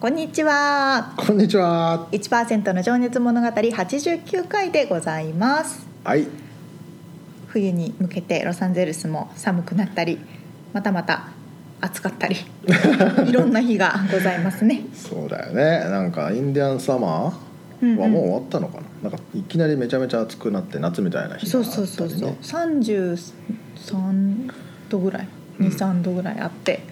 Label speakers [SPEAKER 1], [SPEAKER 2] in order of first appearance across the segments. [SPEAKER 1] こんにちは
[SPEAKER 2] こんにちは。
[SPEAKER 1] 1%の情熱物語89回でございます
[SPEAKER 2] はい。
[SPEAKER 1] 冬に向けてロサンゼルスも寒くなったりまたまた暑か ったりいろんな日がございますね
[SPEAKER 2] そうだよね。なんかインディアンサマ
[SPEAKER 1] うんう
[SPEAKER 2] ー
[SPEAKER 1] ん
[SPEAKER 2] はもう終わったのかな。なんかいきなりめちゃめちゃ暑くなって夏みたいな日が
[SPEAKER 1] そ
[SPEAKER 2] あ
[SPEAKER 1] う
[SPEAKER 2] ったりね。
[SPEAKER 1] そうそうそう33度ぐらい
[SPEAKER 2] うん
[SPEAKER 1] 23度ぐらいあって、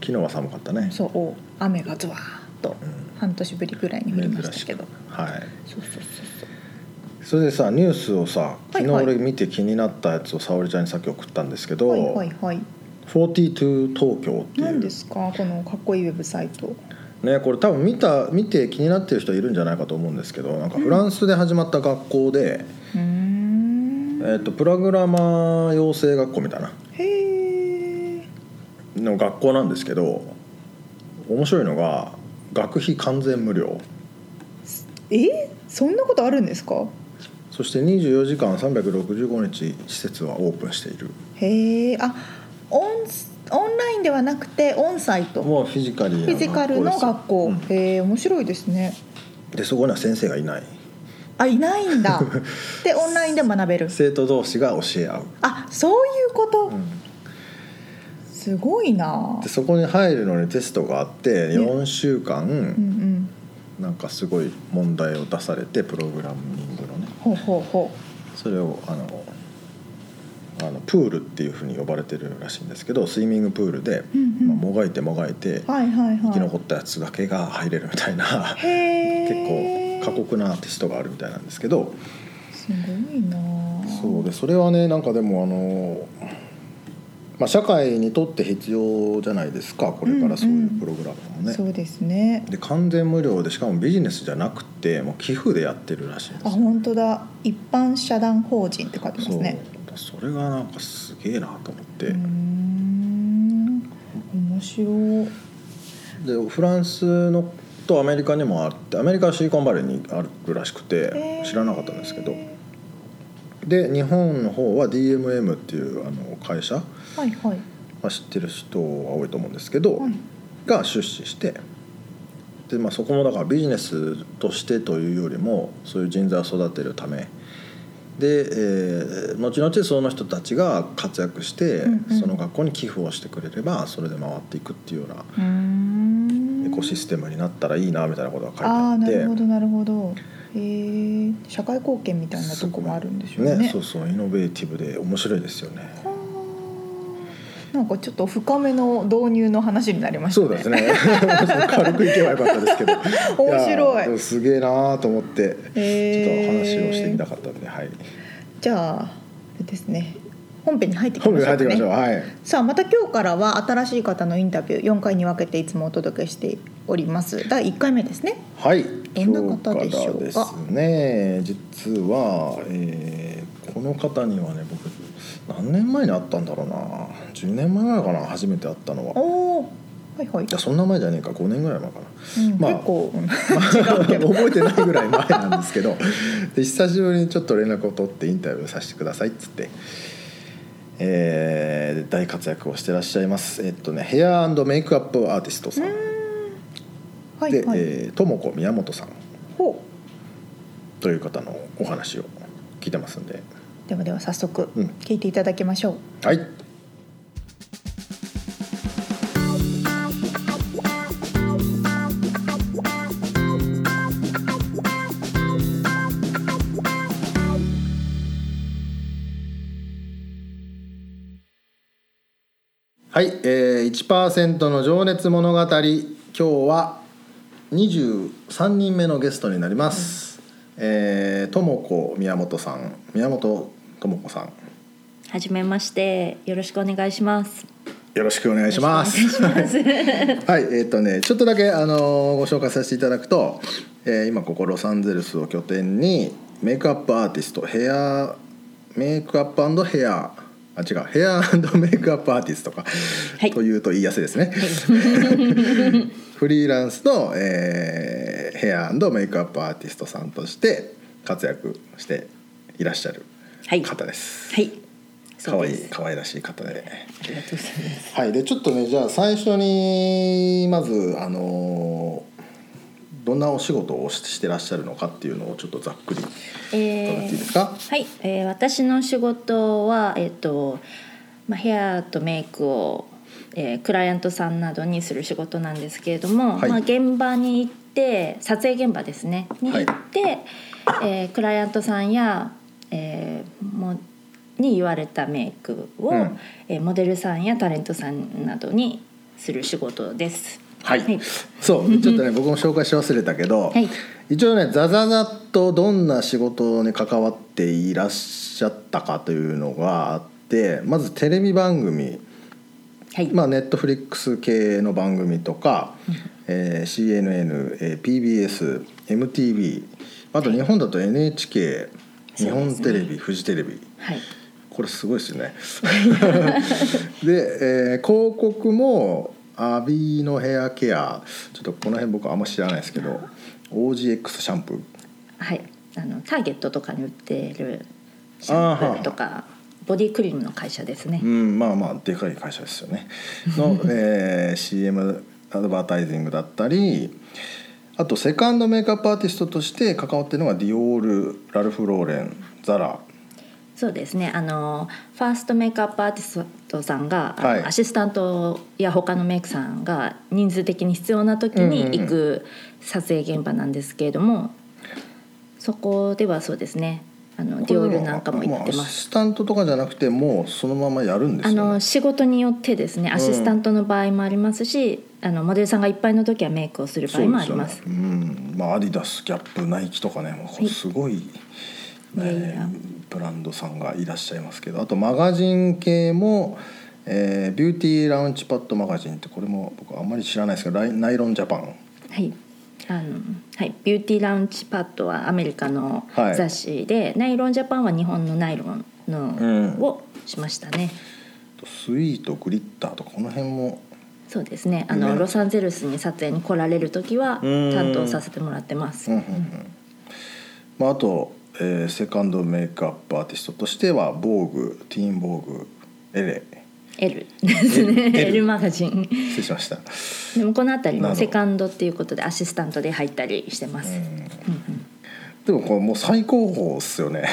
[SPEAKER 2] 昨日は寒かったね。
[SPEAKER 1] そうお雨がズワーッと
[SPEAKER 2] うん
[SPEAKER 1] 半年ぶりぐらいに降りましたけど
[SPEAKER 2] はい。
[SPEAKER 1] そうそうそうそう
[SPEAKER 2] それでさニュースをさ昨日
[SPEAKER 1] はいはい
[SPEAKER 2] 俺見て気になったやつを沙織ちゃんにさっき送ったんですけど、
[SPEAKER 1] はいはいはい
[SPEAKER 2] 42東京ってい
[SPEAKER 1] 何
[SPEAKER 2] う
[SPEAKER 1] ですかこのかっこいいウェブサイト
[SPEAKER 2] ねこれ多分見た見て気になってる人いるんじゃないかと思うんですけどなんかフランスで始まった学校で、
[SPEAKER 1] うーん
[SPEAKER 2] えっとプログラマー養成学校みたいな
[SPEAKER 1] へえ
[SPEAKER 2] の学校なんですけど面白いのが学費完全無料
[SPEAKER 1] えそんなことあるんですか
[SPEAKER 2] そして24時間365日施設はオープンしている
[SPEAKER 1] へえあオンスオンラインではなくてオンサイトフ
[SPEAKER 2] もうフィジカルな
[SPEAKER 1] ィジカルの学校、
[SPEAKER 2] 学校ですよ
[SPEAKER 1] へえ面白いですね
[SPEAKER 2] うんでそこには先生がいない
[SPEAKER 1] あいないん だでオンラインで学べる
[SPEAKER 2] 生徒同士が教え合う、
[SPEAKER 1] あそういうこと、
[SPEAKER 2] うん
[SPEAKER 1] すごいな
[SPEAKER 2] でそこに入るのにテストがあって
[SPEAKER 1] ね
[SPEAKER 2] 4週間、
[SPEAKER 1] うんうん
[SPEAKER 2] なんかすごい問題を出されてプログラミングのね
[SPEAKER 1] ほうほうほ
[SPEAKER 2] それをあのあのプールっていうふうに呼ばれてるらしいんですけどスイミングプールで、
[SPEAKER 1] うんうん
[SPEAKER 2] まあ、もがいてもがいて
[SPEAKER 1] うはいはい
[SPEAKER 2] 生き
[SPEAKER 1] は
[SPEAKER 2] 残ったやつだけが入れるみたいな
[SPEAKER 1] いへ
[SPEAKER 2] 結
[SPEAKER 1] え
[SPEAKER 2] 構過酷なテストがあるみたいなんですけど
[SPEAKER 1] すごいな
[SPEAKER 2] そうでそれはねなんかでもあの、まあ、社会にとって必要じゃないですかこれからそう
[SPEAKER 1] う
[SPEAKER 2] い
[SPEAKER 1] ん
[SPEAKER 2] う
[SPEAKER 1] うん
[SPEAKER 2] プログラムもね。
[SPEAKER 1] そうですね
[SPEAKER 2] で完全無料でしかもビジネスじゃなくてもう寄付でやってるらしいんです
[SPEAKER 1] あ
[SPEAKER 2] よ
[SPEAKER 1] 本当だ一般社団法人って書いてます
[SPEAKER 2] そう
[SPEAKER 1] ね
[SPEAKER 2] それがなんかすげえなと思って、
[SPEAKER 1] うーん面白い
[SPEAKER 2] でフランスのとアメリカにもあってアメリカはシリコンバレーにあるらしくて知らなかったんですけど、
[SPEAKER 1] へ
[SPEAKER 2] で日本の方は DMM っていうあの会社、ま
[SPEAKER 1] ーはいはい
[SPEAKER 2] あ、知ってる人は多いと思うんですけど、
[SPEAKER 1] はい
[SPEAKER 2] が出資してで、まあ、そこもだからビジネスとしてというよりもそういう人材を育てるためで、えー後々その人たちが活躍して、
[SPEAKER 1] うんうん
[SPEAKER 2] その学校に寄付をしてくれればそれで回っていくっていうような
[SPEAKER 1] うーん
[SPEAKER 2] エコシステムになったらいいなみたいなことが書いて
[SPEAKER 1] あ
[SPEAKER 2] あ
[SPEAKER 1] あ
[SPEAKER 2] っ
[SPEAKER 1] な
[SPEAKER 2] て。
[SPEAKER 1] るほどなるほどへえ社会貢献みたいなとこもあるんでしょうね
[SPEAKER 2] ねそうそうイノベーティブで面白いですよね。
[SPEAKER 1] はあなんかちょっと深めの導入の話になりました
[SPEAKER 2] そ
[SPEAKER 1] ね。
[SPEAKER 2] うですね 軽くいけばよかったですけど
[SPEAKER 1] 面白い
[SPEAKER 2] やでもすげえなーと思ってちょっと
[SPEAKER 1] え
[SPEAKER 2] 話をしてみた
[SPEAKER 1] ー
[SPEAKER 2] かったんで、はい、
[SPEAKER 1] じゃああれですね。本編に入ってきましょ
[SPEAKER 2] 本
[SPEAKER 1] う
[SPEAKER 2] 部に
[SPEAKER 1] かね。
[SPEAKER 2] 入っていきましょう、はい
[SPEAKER 1] さあまた今日からは新しい方のインタビュー4回に分けていつもお届けしております。第1回目ですね。
[SPEAKER 2] はい、
[SPEAKER 1] どんな方でしょうか
[SPEAKER 2] 今日らですね実は、えーこの方にはね僕何年前に会ったんだろうな10年前ぐらいかな初めて会ったのは
[SPEAKER 1] おおはいはい
[SPEAKER 2] い。やそんな前じゃねえか5年ぐらい前かな
[SPEAKER 1] うん
[SPEAKER 2] まあ
[SPEAKER 1] 結構
[SPEAKER 2] 覚えてないぐらい前なんですけどで久しぶりにちょっと連絡を取ってインタビューさせてくださいっつって、えー大活躍をしてらっしゃいますえっとねヘアメイクアップアーティストさん
[SPEAKER 1] はい
[SPEAKER 2] で
[SPEAKER 1] はい。
[SPEAKER 2] えーともこ宮本さん
[SPEAKER 1] ほ
[SPEAKER 2] という方のお話を聞いてますんで
[SPEAKER 1] うではでは早速
[SPEAKER 2] うん
[SPEAKER 1] 聞いていただきましょう。
[SPEAKER 2] はいはい、えー、1%の情熱物語今日は23人目のゲストになります、えーともこ宮本さん宮本ともこさん
[SPEAKER 3] はじめまして、よろしくお願いします。
[SPEAKER 2] よろしくお願いします
[SPEAKER 3] お願いします。
[SPEAKER 2] はい、えっ、とね、ちょっとだけあのーご紹介させていただくと、えー今ここロサンゼルスを拠点にメイクアップアーティストヘアメイクアップヘアあ違うヘアメイクアップアーティストか、
[SPEAKER 3] はい
[SPEAKER 2] というと言いやすいですね。 フリーランスの、えーヘアメイクアップアーティストさんとして活躍していらっしゃる
[SPEAKER 3] はい
[SPEAKER 2] 方です。
[SPEAKER 3] はい。
[SPEAKER 2] 可
[SPEAKER 3] そう
[SPEAKER 2] 愛
[SPEAKER 3] で
[SPEAKER 2] い
[SPEAKER 3] す
[SPEAKER 2] 可愛らしい方で。
[SPEAKER 3] ありがとうございます。
[SPEAKER 2] はい、でちょっとねじゃあ最初にまずあのーどんなお仕事をししてらっしゃるのかっていうのをちょっとざっくり伺っていいですか、
[SPEAKER 3] はい、えー私の仕事は、えっとまあ、ヘアとメイクを、えークライアントさんなどにする仕事なんですけれども、
[SPEAKER 2] はい
[SPEAKER 3] まあ、現場に行って撮影現場ですねに行って、えークライアントさんや、えーもに言われたメイクを、
[SPEAKER 2] うん
[SPEAKER 3] えーモデルさんやタレントさんなどにする仕事です。
[SPEAKER 2] はい
[SPEAKER 3] はい
[SPEAKER 2] そうちょっとね僕も紹介し忘れたけど、
[SPEAKER 3] はい
[SPEAKER 2] 一応ねザザザっとどんな仕事に関わっていらっしゃったかというのがあってまずテレビ番組
[SPEAKER 3] はい、
[SPEAKER 2] まあ、ネットフリックス系の番組とか、えー CNN、えー PBS、MTV あと日本だと NHK、
[SPEAKER 3] そうです
[SPEAKER 2] 日
[SPEAKER 3] ね
[SPEAKER 2] 本テレビ、フジテレビ
[SPEAKER 3] はい
[SPEAKER 2] これすごいですよ ね。で、えー広告もアビーのヘアケアちょっとこの辺僕あんま知らないですけど OGX シャンプー
[SPEAKER 3] はい、あのターゲットとかに売ってるシャンプーとかボディクリームの会社ですね
[SPEAKER 2] う。ん、まあまあでかい会社ですよね。の、 えー CM アドバタイジングだったりあとセカンドメイクアップアーティストとして関わってるのがディオールラルフ・ローレンザラ
[SPEAKER 3] そうですね。あのファーストメイクアップアーティストさんが、あの
[SPEAKER 2] はい
[SPEAKER 3] アシスタントや他のメイクさんが人数的に必要な時
[SPEAKER 2] うんうんうん
[SPEAKER 3] に行く撮影現場なんですけれども、そこではそうですね。あのディオールなんかも行って
[SPEAKER 2] う
[SPEAKER 3] ま
[SPEAKER 2] ア
[SPEAKER 3] す。
[SPEAKER 2] シスタントとかじゃなくてもうそのままやるんで
[SPEAKER 3] あ
[SPEAKER 2] すよ、
[SPEAKER 3] の
[SPEAKER 2] ね、
[SPEAKER 3] 仕事によってですね、アシスタントの場合もありますし、あのモデルさんがいっぱいの時はメイクをする場合もあります。
[SPEAKER 2] そうですよねうんまあ、アディダスギャップナイキとかねもうこれすごい、
[SPEAKER 3] いやいや
[SPEAKER 2] えーブランドさんがいらっしゃいますけどあとマガジン系も、えービューティーラウンチパッドマガジンってこれも僕あんまり知らないですけどライナイロンジャパン
[SPEAKER 3] はいあのはい、ビューティーラウンチパッドはアメリカの
[SPEAKER 2] はい
[SPEAKER 3] 雑誌で、ナイロンジャパンは日本のナイロンの、
[SPEAKER 2] うん
[SPEAKER 3] をしましたね。
[SPEAKER 2] とスイートグリッターとかこの辺も
[SPEAKER 3] そうですねあの
[SPEAKER 2] ね
[SPEAKER 3] ロサンゼルスに撮影に来られる時は
[SPEAKER 2] うん
[SPEAKER 3] 担当させてもらってます。
[SPEAKER 2] うんうんうんまあ、あと、えーセカンドメイクアップアーティストとしては「ボーグ」「ティーンボーグ」「エレ
[SPEAKER 3] L ですね
[SPEAKER 2] L
[SPEAKER 3] L マガジン」
[SPEAKER 2] 失礼しました。
[SPEAKER 3] でもこの辺り
[SPEAKER 2] な
[SPEAKER 3] も
[SPEAKER 2] るほど
[SPEAKER 3] セカンドっていうことでアシスタントで入ったりしてます。
[SPEAKER 2] でもこれもう最高峰っすよね。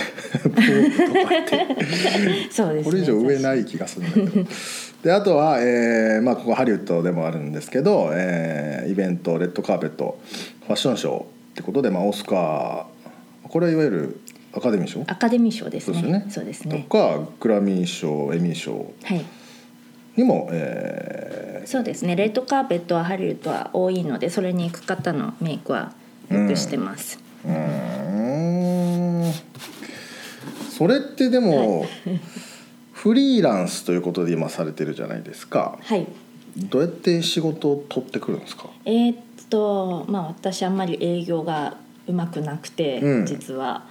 [SPEAKER 2] ボーグとかって
[SPEAKER 3] そうですね
[SPEAKER 2] これ以上上ない気がするんだけど。 であとは、えーまあ、ここハリウッドでもあるんですけど、えーイベントレッドカーペットファッションショーってことで、まあ、オスカーこれはいわゆるアカデミー賞
[SPEAKER 3] アカデミー賞です
[SPEAKER 2] そうですよ
[SPEAKER 3] ね
[SPEAKER 2] ね。
[SPEAKER 3] そうですね。
[SPEAKER 2] とかグラミー賞エミー賞
[SPEAKER 3] はい。
[SPEAKER 2] にも、え
[SPEAKER 3] そうですねレッドカーペットはハリウッドは多いのでそれに行く方のメイクはよくしてます、
[SPEAKER 2] ー、うーんそれってでも、 フリーランスということで今されてるじゃないですか
[SPEAKER 3] はい
[SPEAKER 2] どうやって仕事を取ってくるんですか
[SPEAKER 3] えーっとまあ私あんまり営業がうまくなくて、
[SPEAKER 2] うん
[SPEAKER 3] 実は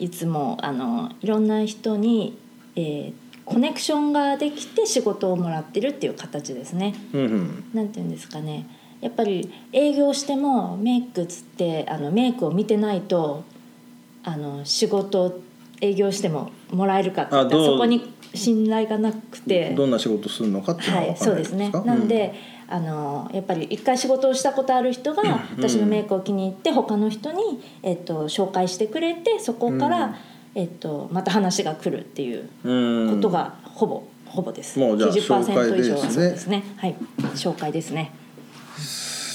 [SPEAKER 3] いつもあのいろんな人に、えーコネクションができて仕事をもらってるっていう形ですねなんて言うんですかねやっぱり営業してもメイクつってあのメイクを見てないとあの仕事営業してももらえるかって言ったら
[SPEAKER 2] あどう
[SPEAKER 3] そこに信頼がなくて
[SPEAKER 2] どんな仕事するのかっていうの
[SPEAKER 3] は、
[SPEAKER 2] はい分か
[SPEAKER 3] そ
[SPEAKER 2] ら
[SPEAKER 3] う
[SPEAKER 2] ないで
[SPEAKER 3] で
[SPEAKER 2] すすか、
[SPEAKER 3] ね。なんで、あのやっぱり一回仕事をしたことある人が私のメイクを気に入って他の人にえっと紹介してくれてそこから、
[SPEAKER 2] うん
[SPEAKER 3] えっとまた話が来るっていう
[SPEAKER 2] うん、
[SPEAKER 3] ことがほぼ、ほぼです。
[SPEAKER 2] もうじゃあ
[SPEAKER 3] 90%以上
[SPEAKER 2] 紹介ですね
[SPEAKER 3] はそうですね。はい、紹介ですね。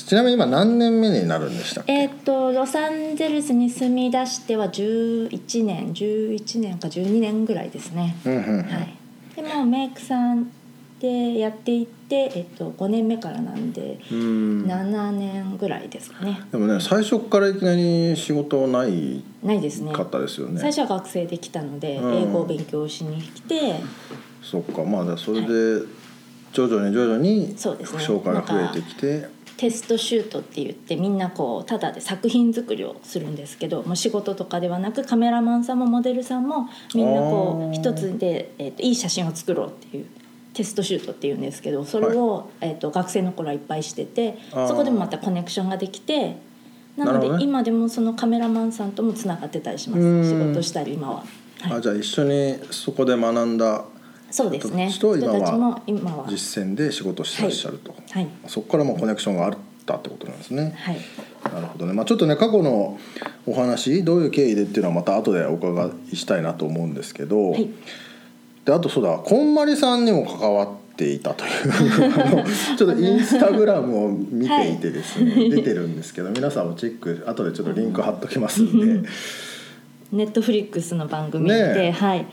[SPEAKER 2] ちなみに今何年目になるんでしたっけ
[SPEAKER 3] えっとロサンゼルスに住み出しては11年、11年か12年ぐらいですね。
[SPEAKER 2] うんうんうん
[SPEAKER 3] はい、でもメイクさんでやっていって、えっと、5年目からなんで
[SPEAKER 2] うんで
[SPEAKER 3] 7年ぐらいですかね
[SPEAKER 2] もね最初からいきなり仕事ない
[SPEAKER 3] ないですね
[SPEAKER 2] かったですよね
[SPEAKER 3] 最初は学生で来たので、
[SPEAKER 2] うん
[SPEAKER 3] 英語を勉強しに来て
[SPEAKER 2] そっかまあじゃあそれで徐々に徐々に
[SPEAKER 3] そうです
[SPEAKER 2] 副
[SPEAKER 3] ね
[SPEAKER 2] 紹介が増えてきて、
[SPEAKER 3] テストシュートって言ってみんなこうただで作品作りをするんですけどもう仕事とかではなくカメラマンさんもモデルさんもみんなこう
[SPEAKER 2] あー
[SPEAKER 3] 一つで、えっといい写真を作ろうっていうテストシュートっていうんですけどそれを、えっと学生の頃はいっぱいしてて
[SPEAKER 2] あー
[SPEAKER 3] そこでもまたコネクションができてな
[SPEAKER 2] な
[SPEAKER 3] の
[SPEAKER 2] る
[SPEAKER 3] で
[SPEAKER 2] ほどね
[SPEAKER 3] 今でもそのカメラマンさんともつながってたりしま
[SPEAKER 2] うーん
[SPEAKER 3] す仕事したり今は。は
[SPEAKER 2] あ
[SPEAKER 3] い、
[SPEAKER 2] じゃあ一緒にそこで学んだ
[SPEAKER 3] そうですね
[SPEAKER 2] 人
[SPEAKER 3] 人
[SPEAKER 2] たちと今は
[SPEAKER 3] たちも今は
[SPEAKER 2] 実践で仕事してらっしゃると、
[SPEAKER 3] はい
[SPEAKER 2] そこからもうコネクションがあったってことなんですね、
[SPEAKER 3] はい
[SPEAKER 2] なるほどね、まあ、ちょっとね過去のお話どういう経緯でっていうのはまた後でお伺いしたいなと思うんですけど、
[SPEAKER 3] はい
[SPEAKER 2] であとそうだこんまりさんにも関わっていたというあのちょっとインスタグラムを見ていてですね、出てるんですけど皆さんもチェック後でちょっとリンク貼っときますんで
[SPEAKER 3] ネットフリックスの番組で、
[SPEAKER 2] ねえ
[SPEAKER 3] はい、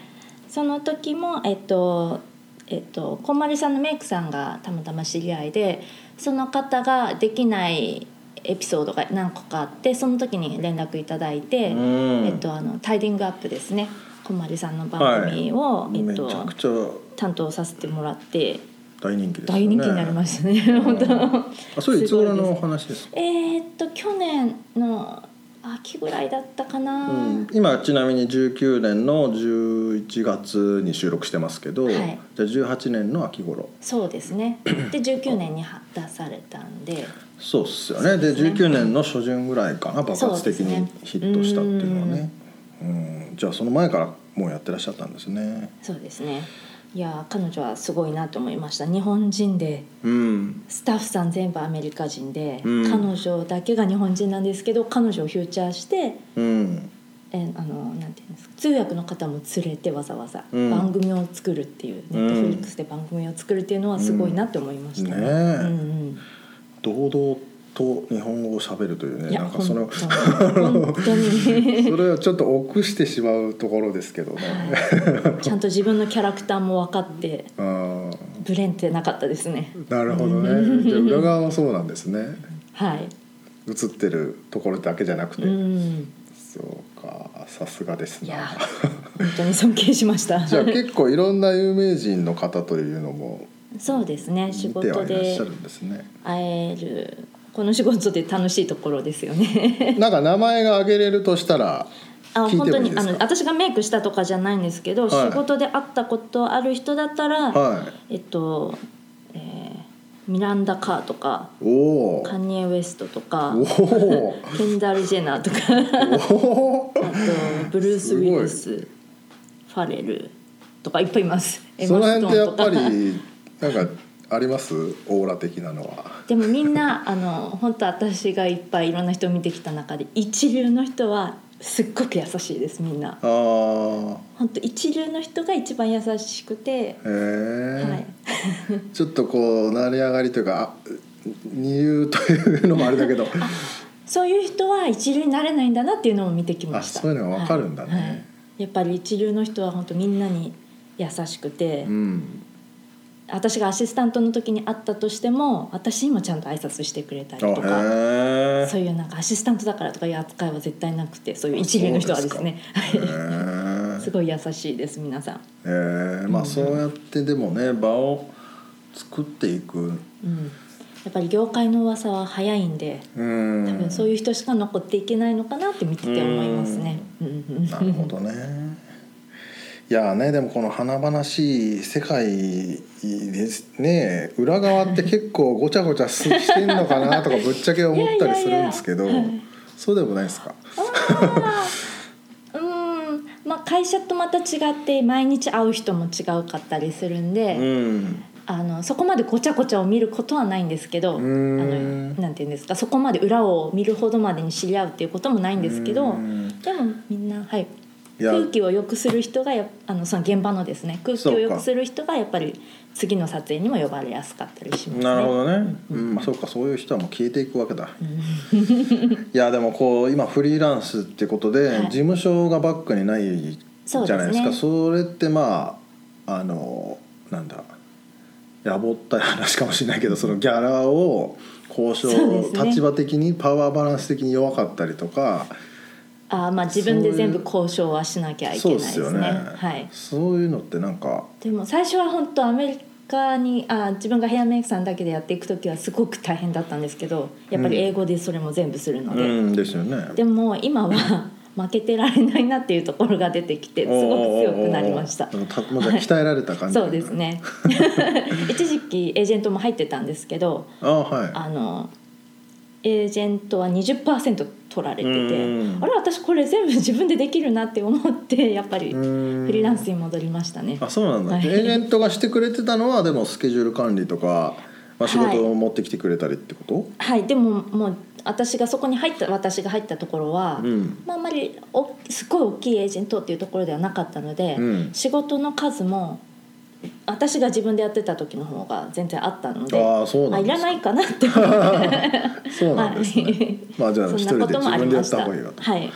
[SPEAKER 3] その時もえっとえっとこんまりさんのメイクさんがたまたま知り合いでその方ができないエピソードが何個かあってその時に連絡いただいて、
[SPEAKER 2] うん
[SPEAKER 3] えっとあのタイディングアップですねこんまりさんの番組を、え
[SPEAKER 2] め
[SPEAKER 3] っ
[SPEAKER 2] ちゃ
[SPEAKER 3] と
[SPEAKER 2] くちゃ
[SPEAKER 3] 担当させてもらって
[SPEAKER 2] 大人気ですよね
[SPEAKER 3] 大人気になりましたね 本当。
[SPEAKER 2] あそれいつ頃
[SPEAKER 3] すごい
[SPEAKER 2] の
[SPEAKER 3] で
[SPEAKER 2] お
[SPEAKER 3] す
[SPEAKER 2] 話ですか
[SPEAKER 3] えーっと去年の秋ぐらいだったかな、
[SPEAKER 2] うん今ちなみに19年の11月に収録してますけど、
[SPEAKER 3] はい
[SPEAKER 2] じゃあ18年の秋頃
[SPEAKER 3] そうです ねで19年には出されたんで
[SPEAKER 2] そうっすよ
[SPEAKER 3] そ
[SPEAKER 2] ね
[SPEAKER 3] う
[SPEAKER 2] で
[SPEAKER 3] ですね
[SPEAKER 2] 19年の初旬ぐらいかな爆発的にヒットしたっていうのはねうんじゃあその前からもうやってらっしゃったんですね
[SPEAKER 3] そうですねいやー彼女はすごいなと思いました日本人で
[SPEAKER 2] うん
[SPEAKER 3] スタッフさん全部アメリカ人で、
[SPEAKER 2] うん
[SPEAKER 3] 彼女だけが日本人なんですけど彼女をフューチャーして
[SPEAKER 2] うん
[SPEAKER 3] えーあのなんていうんですか通訳の方も連れてわざわざ
[SPEAKER 2] うん
[SPEAKER 3] 番組を作るっていう、
[SPEAKER 2] う
[SPEAKER 3] Netflix
[SPEAKER 2] ん
[SPEAKER 3] で番組を作るっていうのはすごいなって思いました
[SPEAKER 2] ねえ
[SPEAKER 3] うん
[SPEAKER 2] 堂々と日本語を喋るという
[SPEAKER 3] う
[SPEAKER 2] ね
[SPEAKER 3] ん、いや
[SPEAKER 2] なんか
[SPEAKER 3] 本
[SPEAKER 2] そ
[SPEAKER 3] 当に
[SPEAKER 2] の
[SPEAKER 3] 本当に
[SPEAKER 2] それはちょっと臆してしまうところですけどね、
[SPEAKER 3] ちゃんと自分のキャラクターも分かって
[SPEAKER 2] あ
[SPEAKER 3] ブレンってなかったですね
[SPEAKER 2] ーなるほどねじゃあ裏側はそうなんですね
[SPEAKER 3] はい
[SPEAKER 2] 映ってるところだけじゃなくて、
[SPEAKER 3] うん
[SPEAKER 2] そうかさすがです
[SPEAKER 3] いや
[SPEAKER 2] な
[SPEAKER 3] 本当に尊敬しました
[SPEAKER 2] じゃあ結構いろんな有名人の方というのも
[SPEAKER 3] そうですね仕
[SPEAKER 2] 見ては
[SPEAKER 3] 事
[SPEAKER 2] いらっ
[SPEAKER 3] で
[SPEAKER 2] しゃるんですね
[SPEAKER 3] 会えるこの仕事で楽しいところですよ ね
[SPEAKER 2] なんか名前が挙げれるとしたら
[SPEAKER 3] あ
[SPEAKER 2] 聞い
[SPEAKER 3] 本
[SPEAKER 2] て
[SPEAKER 3] 当
[SPEAKER 2] もいい
[SPEAKER 3] に
[SPEAKER 2] で
[SPEAKER 3] あ
[SPEAKER 2] す
[SPEAKER 3] の
[SPEAKER 2] か
[SPEAKER 3] 私がメイクしたとかじゃないんですけど、
[SPEAKER 2] はい
[SPEAKER 3] 仕事で会ったことある人だったら、
[SPEAKER 2] は
[SPEAKER 3] えっと、えーミランダ・カーとか
[SPEAKER 2] いおお
[SPEAKER 3] カニエ・ウエストとか
[SPEAKER 2] おお
[SPEAKER 3] ケンダル・ジェナ ーとか
[SPEAKER 2] おお
[SPEAKER 3] あとブルース・
[SPEAKER 2] す
[SPEAKER 3] ウ
[SPEAKER 2] ごい
[SPEAKER 3] ィルスファレルとかいっぱいいます
[SPEAKER 2] その辺ってやっぱ
[SPEAKER 3] エマストーンとか
[SPEAKER 2] りなんかありますオーラ的なのは
[SPEAKER 3] でもみんなあの本当私がいっぱいいろんな人を見てきた中で一流の人はすっごく優しいですみんな
[SPEAKER 2] あー
[SPEAKER 3] 本当一流の人が一番優しくて、
[SPEAKER 2] へえ、
[SPEAKER 3] はい、
[SPEAKER 2] ちょっとこう成り上がりというかあ二流というのもあれだけど
[SPEAKER 3] そういう人は一流になれないんだなっていうのを見てきました
[SPEAKER 2] あそういうのがわかるんだね
[SPEAKER 3] はいはいやっぱり一流の人は本当みんなに優しくて、
[SPEAKER 2] うん
[SPEAKER 3] 私がアシスタントの時に会ったとしても私にもちゃんと挨拶してくれたり
[SPEAKER 2] あへ
[SPEAKER 3] とか
[SPEAKER 2] え
[SPEAKER 3] そういうなんかアシスタントだからとかいう扱いは絶対なくてそういう一流の人はですね
[SPEAKER 2] そうですか
[SPEAKER 3] はい
[SPEAKER 2] へえ
[SPEAKER 3] すごい優しいです皆さん。
[SPEAKER 2] えーまあそうやってでもね場を作っていく
[SPEAKER 3] うん、やっぱり業界の噂は早いんで
[SPEAKER 2] うん
[SPEAKER 3] 多分そういう人しか残っていけないのかなって見てて思いますね。うんうん
[SPEAKER 2] なるほどねいやーねでもこの華々しい世界ですね裏側って結構ごちゃごちゃすしてんのかなとかぶっちゃけ思ったりするんですけど
[SPEAKER 3] いやいやいやはい
[SPEAKER 2] そうでもないですか
[SPEAKER 3] あーうんまあ、会社とまた違って毎日会う人も違うかったりするんで、
[SPEAKER 2] ん
[SPEAKER 3] あのそこまでごちゃごちゃを見ることはないんですけどあ
[SPEAKER 2] う
[SPEAKER 3] の
[SPEAKER 2] ん
[SPEAKER 3] なんていうんですかそこまで裏を見るほどまでに知り合うっていうこともないんですけど
[SPEAKER 2] うん
[SPEAKER 3] でもみんな、はい、
[SPEAKER 2] いや
[SPEAKER 3] 空気を良くする人がやあのその現場のですね空気
[SPEAKER 2] そう
[SPEAKER 3] を
[SPEAKER 2] か
[SPEAKER 3] 良くする人がやっぱり次の撮影にも呼ばれやすかったりしますね。
[SPEAKER 2] なるほどね、うんまあ、そうかそういう人はもう消えていくわけだ いやでもこう今フリーランスってことで、
[SPEAKER 3] はい
[SPEAKER 2] 事務所がバックにないじゃないですか
[SPEAKER 3] そ
[SPEAKER 2] そ
[SPEAKER 3] うですね
[SPEAKER 2] れってまああのなんだやぼったい話かもしれないけどそのギャラを交
[SPEAKER 3] そ
[SPEAKER 2] 渉、
[SPEAKER 3] うですね
[SPEAKER 2] 立場的にパワーバランス的に弱かったりとか
[SPEAKER 3] あーまあ自分で全部交渉はしなきゃいけ
[SPEAKER 2] そ
[SPEAKER 3] な
[SPEAKER 2] う
[SPEAKER 3] い
[SPEAKER 2] で
[SPEAKER 3] ですす
[SPEAKER 2] よ
[SPEAKER 3] ね。
[SPEAKER 2] ね
[SPEAKER 3] はい。
[SPEAKER 2] そういうのってなんか
[SPEAKER 3] でも最初は本当アメリカにあー自分がヘアメイクさんだけでやっていく時はすごく大変だったんですけど、やっぱり英語でそれも全部するの
[SPEAKER 2] う
[SPEAKER 3] で、
[SPEAKER 2] んですよね
[SPEAKER 3] でも今は 負けてられないなっていうところが出てきてすごく強くなりました。
[SPEAKER 2] おーおーおーたまだ鍛えられた感じ、
[SPEAKER 3] そうで すね 一時期エージェントも入ってたんですけど
[SPEAKER 2] あーはい
[SPEAKER 3] あのエージェントは20%取られてて
[SPEAKER 2] うん
[SPEAKER 3] あれ私これ全部自分でできるなって思って やっぱりフ
[SPEAKER 2] フ
[SPEAKER 3] リーランスに戻りましたね。
[SPEAKER 2] あそうなんだ、
[SPEAKER 3] はい
[SPEAKER 2] エージェントがしてくれてたのはでもスケジュール管理とか、まあ、仕
[SPEAKER 3] はい
[SPEAKER 2] 事を持ってきてくれたりってこと、
[SPEAKER 3] はいでももう私がそこに入った私が入ったところは、
[SPEAKER 2] うん
[SPEAKER 3] まあ、あんまりおすごい大きいエージェントっていうところではなかったので、
[SPEAKER 2] うん
[SPEAKER 3] 仕事の数も私が自分でやってた時の方が全然あったので
[SPEAKER 2] ああそう
[SPEAKER 3] あ
[SPEAKER 2] なん
[SPEAKER 3] い
[SPEAKER 2] で
[SPEAKER 3] ら
[SPEAKER 2] す
[SPEAKER 3] ないかなって思って。
[SPEAKER 2] そうなんですね、
[SPEAKER 3] はい
[SPEAKER 2] まあじゃあ
[SPEAKER 3] そ
[SPEAKER 2] 一
[SPEAKER 3] ん
[SPEAKER 2] 人
[SPEAKER 3] なこ
[SPEAKER 2] で
[SPEAKER 3] と
[SPEAKER 2] 自
[SPEAKER 3] もあり
[SPEAKER 2] 分でや
[SPEAKER 3] ま
[SPEAKER 2] っ
[SPEAKER 3] したた。
[SPEAKER 2] 方がいいわと
[SPEAKER 3] はい、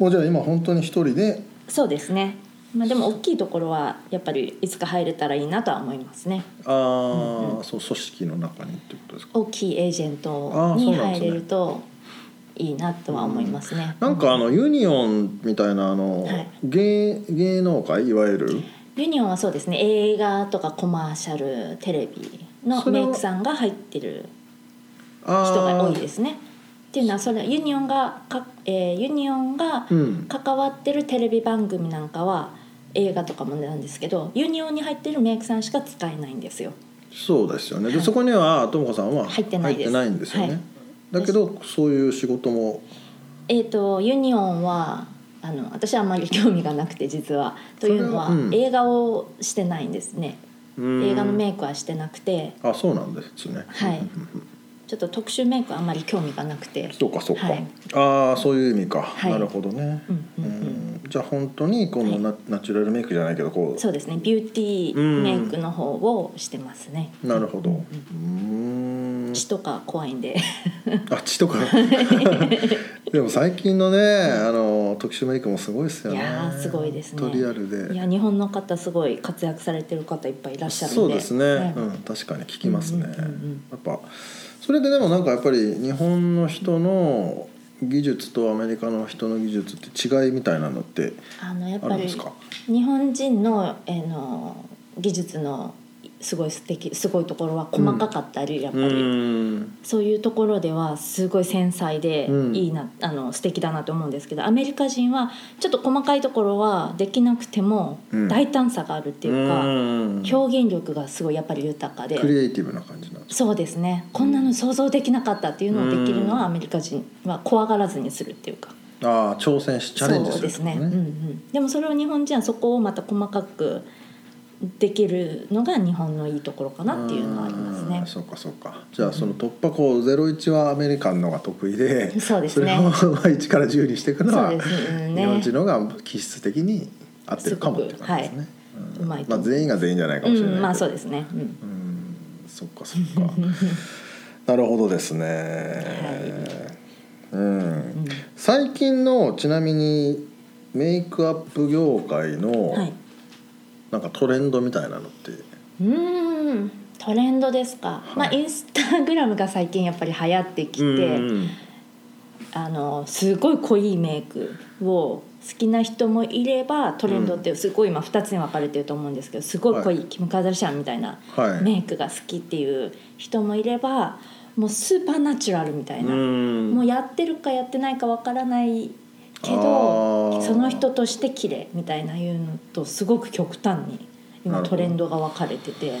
[SPEAKER 2] もうじゃあ今本当に一人で
[SPEAKER 3] そうですね。まあでも大きいところはやっぱりいつか入れたらいいなとは思いますね。
[SPEAKER 2] ああ、そう組織の中にってことですか
[SPEAKER 3] 大きいエージェン
[SPEAKER 2] あ
[SPEAKER 3] ト
[SPEAKER 2] ーそう
[SPEAKER 3] に
[SPEAKER 2] なんですね
[SPEAKER 3] 入れるといいなとは思いますね。
[SPEAKER 2] なんかあのユニオンみたいなあの、
[SPEAKER 3] はい
[SPEAKER 2] 芸芸能界いわゆる
[SPEAKER 3] ユニオンはそうですね。映画とかコマーシャル、テレビの
[SPEAKER 2] それは
[SPEAKER 3] メイクさんが入ってる
[SPEAKER 2] あー
[SPEAKER 3] 人が多いですね。っていうのはそれユニオンがか、えーユニオンが
[SPEAKER 2] うん
[SPEAKER 3] 関わってるテレビ番組なんかは映画とかもなんですけど、ユニオンに入ってるメイクさんしか使えないんですよ。
[SPEAKER 2] そうですよね、で
[SPEAKER 3] はい
[SPEAKER 2] そこにはともこさんは入
[SPEAKER 3] 入
[SPEAKER 2] っ
[SPEAKER 3] ってて
[SPEAKER 2] な
[SPEAKER 3] ないいです
[SPEAKER 2] んですよね、
[SPEAKER 3] はい
[SPEAKER 2] だけどそういう仕事も
[SPEAKER 3] えー、とユニオンはあの私はあんまり興味がなくて実は。というのは、
[SPEAKER 2] それはうん
[SPEAKER 3] 映画をしてないんですね映
[SPEAKER 2] 映
[SPEAKER 3] 画のメイクはしてなくて
[SPEAKER 2] あそうなんですね
[SPEAKER 3] はいちょっと特殊メイクはあんまり興味がなくて
[SPEAKER 2] そうかそうか、
[SPEAKER 3] はい
[SPEAKER 2] ああそういう意味か、
[SPEAKER 3] はい
[SPEAKER 2] なるほどね、
[SPEAKER 3] うんうんうん
[SPEAKER 2] うんじゃあ本当にこのナ,、ナチュラルメイクじゃないけどこう
[SPEAKER 3] そうですねビューティーメイクの方をしてますね
[SPEAKER 2] なるほどうーん
[SPEAKER 3] 血とか怖いんで
[SPEAKER 2] あ血と かでも最近のねあの特殊メイクもすごいですよね
[SPEAKER 3] いやーすごいですね
[SPEAKER 2] トリアルで
[SPEAKER 3] いや日本の方すごい活躍されてる方いっぱいいらっしゃるんで
[SPEAKER 2] そうですね、
[SPEAKER 3] はい
[SPEAKER 2] うん、確かに聞きますね、
[SPEAKER 3] うんうんうんうん
[SPEAKER 2] やっぱそれででもなんかやっぱり日本の人の技術とアメリカの人の技術って違いみたいなのって
[SPEAKER 3] あのやっ
[SPEAKER 2] あ
[SPEAKER 3] ぱ
[SPEAKER 2] るんで
[SPEAKER 3] り
[SPEAKER 2] すか
[SPEAKER 3] 日本人の,、えーの技術のすごい素敵すごいところは細かかったり、やっぱり、
[SPEAKER 2] ん
[SPEAKER 3] そういうところではすごい繊細で
[SPEAKER 2] うん
[SPEAKER 3] いいな、あの素敵だなと思うんですけどアメリカ人はちょっと細かいところはできなくても
[SPEAKER 2] うん
[SPEAKER 3] 大胆さがあるっていうか、
[SPEAKER 2] ん
[SPEAKER 3] 表現力がすごいやっぱり豊かで
[SPEAKER 2] ク。リエイティブな感じなんです
[SPEAKER 3] そうですねこんなの想像できなかったっていうのをできるのはアメリカ人は怖がらずにするっていうか
[SPEAKER 2] ああ挑戦しチャレンジ
[SPEAKER 3] そう
[SPEAKER 2] する
[SPEAKER 3] ですね、うんうん、でもそれを日本人はそこをまた細かくできるのが日本のいいところかなっていうのはありま
[SPEAKER 2] あ
[SPEAKER 3] す
[SPEAKER 2] ー
[SPEAKER 3] ね
[SPEAKER 2] そうかそうかじゃあその突破口01はアメリカンのが得意で
[SPEAKER 3] そうですね
[SPEAKER 2] それをまあ1から10にしていくのは、
[SPEAKER 3] そうですね
[SPEAKER 2] 日本人のが気質的に合ってるかもっていう感じですね、
[SPEAKER 3] すごくはいうまいと
[SPEAKER 2] まあ、
[SPEAKER 3] 思う
[SPEAKER 2] 全員が全員じゃないかもしれないけど、
[SPEAKER 3] うんまあそうですね、うん
[SPEAKER 2] うんそっかそっかなるほどですね、うん
[SPEAKER 3] うん
[SPEAKER 2] 最近のちなみにメイクアップ業界の
[SPEAKER 3] はい
[SPEAKER 2] なんかトレンドみたいなのって、
[SPEAKER 3] うーんトレンドですか、まあインスタグラムが最近やっぱり流行ってきて、
[SPEAKER 2] うん
[SPEAKER 3] あのすごい濃いメイクを好きな人もいればトレンドってすごい今2つに分かれてると思うんですけどすごい濃
[SPEAKER 2] はい
[SPEAKER 3] キム・カーダシャンみたいな
[SPEAKER 2] はい
[SPEAKER 3] メイクが好きっていう人もいればもうスーパーナチュラルみたいな、
[SPEAKER 2] ん
[SPEAKER 3] もうやってるかやってないかわからないけ
[SPEAKER 2] あー
[SPEAKER 3] どその人として綺麗みたいないうのとすごく極端に
[SPEAKER 2] な
[SPEAKER 3] 今
[SPEAKER 2] るほど
[SPEAKER 3] トレンドが分かれてて。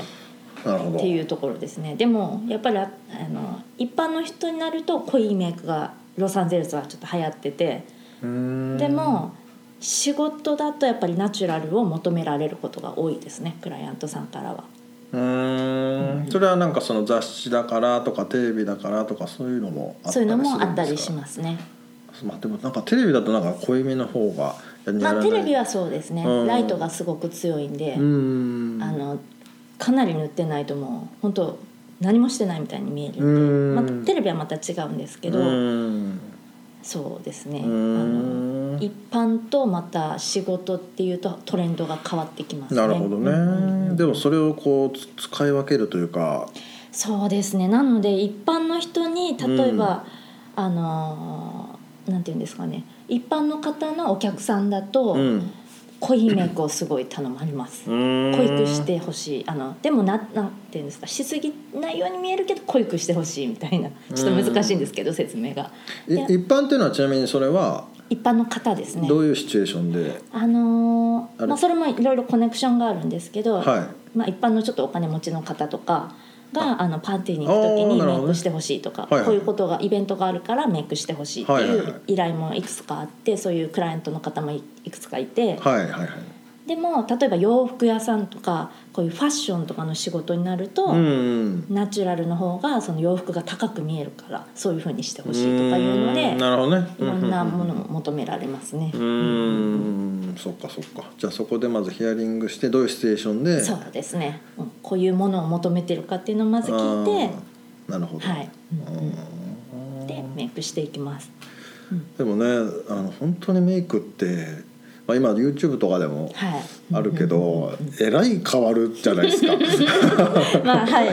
[SPEAKER 2] なるほど
[SPEAKER 3] っていうところですねでもやっぱりああの一般の人になると濃いメイクがロサンゼルスはちょっと流行ってて
[SPEAKER 2] うん
[SPEAKER 3] でも仕事だとやっぱりナチュラルを求められることが多いですねクライアントさんからは。
[SPEAKER 2] うんそれはなんかその雑誌だからとかテレビだからとかそういうのもあった
[SPEAKER 3] そう
[SPEAKER 2] り
[SPEAKER 3] い
[SPEAKER 2] す
[SPEAKER 3] う
[SPEAKER 2] る
[SPEAKER 3] の
[SPEAKER 2] んです
[SPEAKER 3] も
[SPEAKER 2] か
[SPEAKER 3] あったりしますね。
[SPEAKER 2] すまあでもなんかテレビだとなんか濃いめの方がやら
[SPEAKER 3] ま
[SPEAKER 2] な
[SPEAKER 3] あ
[SPEAKER 2] い
[SPEAKER 3] テレビはそうですね
[SPEAKER 2] うん
[SPEAKER 3] ライトがすごく強いんで、
[SPEAKER 2] うん
[SPEAKER 3] あのかなり塗ってないともう本当何もしてないみたいに見える、
[SPEAKER 2] うん
[SPEAKER 3] まあ、テレビはまた違うんですけど、
[SPEAKER 2] うん
[SPEAKER 3] そうですね、
[SPEAKER 2] う
[SPEAKER 3] あの
[SPEAKER 2] ん
[SPEAKER 3] 一般とまた仕事っていうとトレンドが変わってきますね。
[SPEAKER 2] なるほどね、
[SPEAKER 3] うん
[SPEAKER 2] でもそれをこうつ使い分けるというか
[SPEAKER 3] そうですねなので一般の人に例えば、あのーなんていうんですかね一般の方のお客さんだと、
[SPEAKER 2] うん
[SPEAKER 3] 濃いメイクをすごい頼まれます。濃
[SPEAKER 2] 濃
[SPEAKER 3] いくしてほしいあのでもななんていうんですかしすぎないように見えるけど濃いくしてほしいみたいなちょっと難しいんですけど説明が
[SPEAKER 2] い
[SPEAKER 3] で
[SPEAKER 2] 一般っていうのはちなみにそれは
[SPEAKER 3] 一般の方ですね
[SPEAKER 2] どういうシチュエーションで、
[SPEAKER 3] あのー
[SPEAKER 2] あれ
[SPEAKER 3] まあ、それもいろいろコネクションがあるんですけど、
[SPEAKER 2] は
[SPEAKER 3] まあ、一般のちょっとお金持ちの方とかがあのパーティーに行く時
[SPEAKER 2] あー
[SPEAKER 3] に
[SPEAKER 2] なるほ
[SPEAKER 3] メ
[SPEAKER 2] どね
[SPEAKER 3] イクしてほしいとか、
[SPEAKER 2] はいはい
[SPEAKER 3] こういうことがイベントがあるからメイクしてほしいって
[SPEAKER 2] はい
[SPEAKER 3] い
[SPEAKER 2] はいはいう
[SPEAKER 3] 依頼もいくつかあってそういうクライアントの方もいいくつかいて、
[SPEAKER 2] い、はいはいはい
[SPEAKER 3] でも例えば洋服屋さんとかこういうファッションとかの仕事になると、
[SPEAKER 2] うんうん
[SPEAKER 3] ナチュラルの方がその洋服が高く見えるからそういうふうにしてほしいとかいうの
[SPEAKER 2] う
[SPEAKER 3] で
[SPEAKER 2] んなるほどね
[SPEAKER 3] いろんなものも求められますね。
[SPEAKER 2] うんうんそっかそっかじゃあそこでまずヒアリングしてどういうシチュエーションで
[SPEAKER 3] そうですね、うんこういうものを求めてるかっていうのをまず聞いて
[SPEAKER 2] あーなるほど、
[SPEAKER 3] はい、
[SPEAKER 2] うん
[SPEAKER 3] でメイクしていきます
[SPEAKER 2] でもねあの本当にメイクって、まあ、今 YouTube とかでも
[SPEAKER 3] はい
[SPEAKER 2] あるけど、えらい変わるじゃない ですか
[SPEAKER 3] まあはい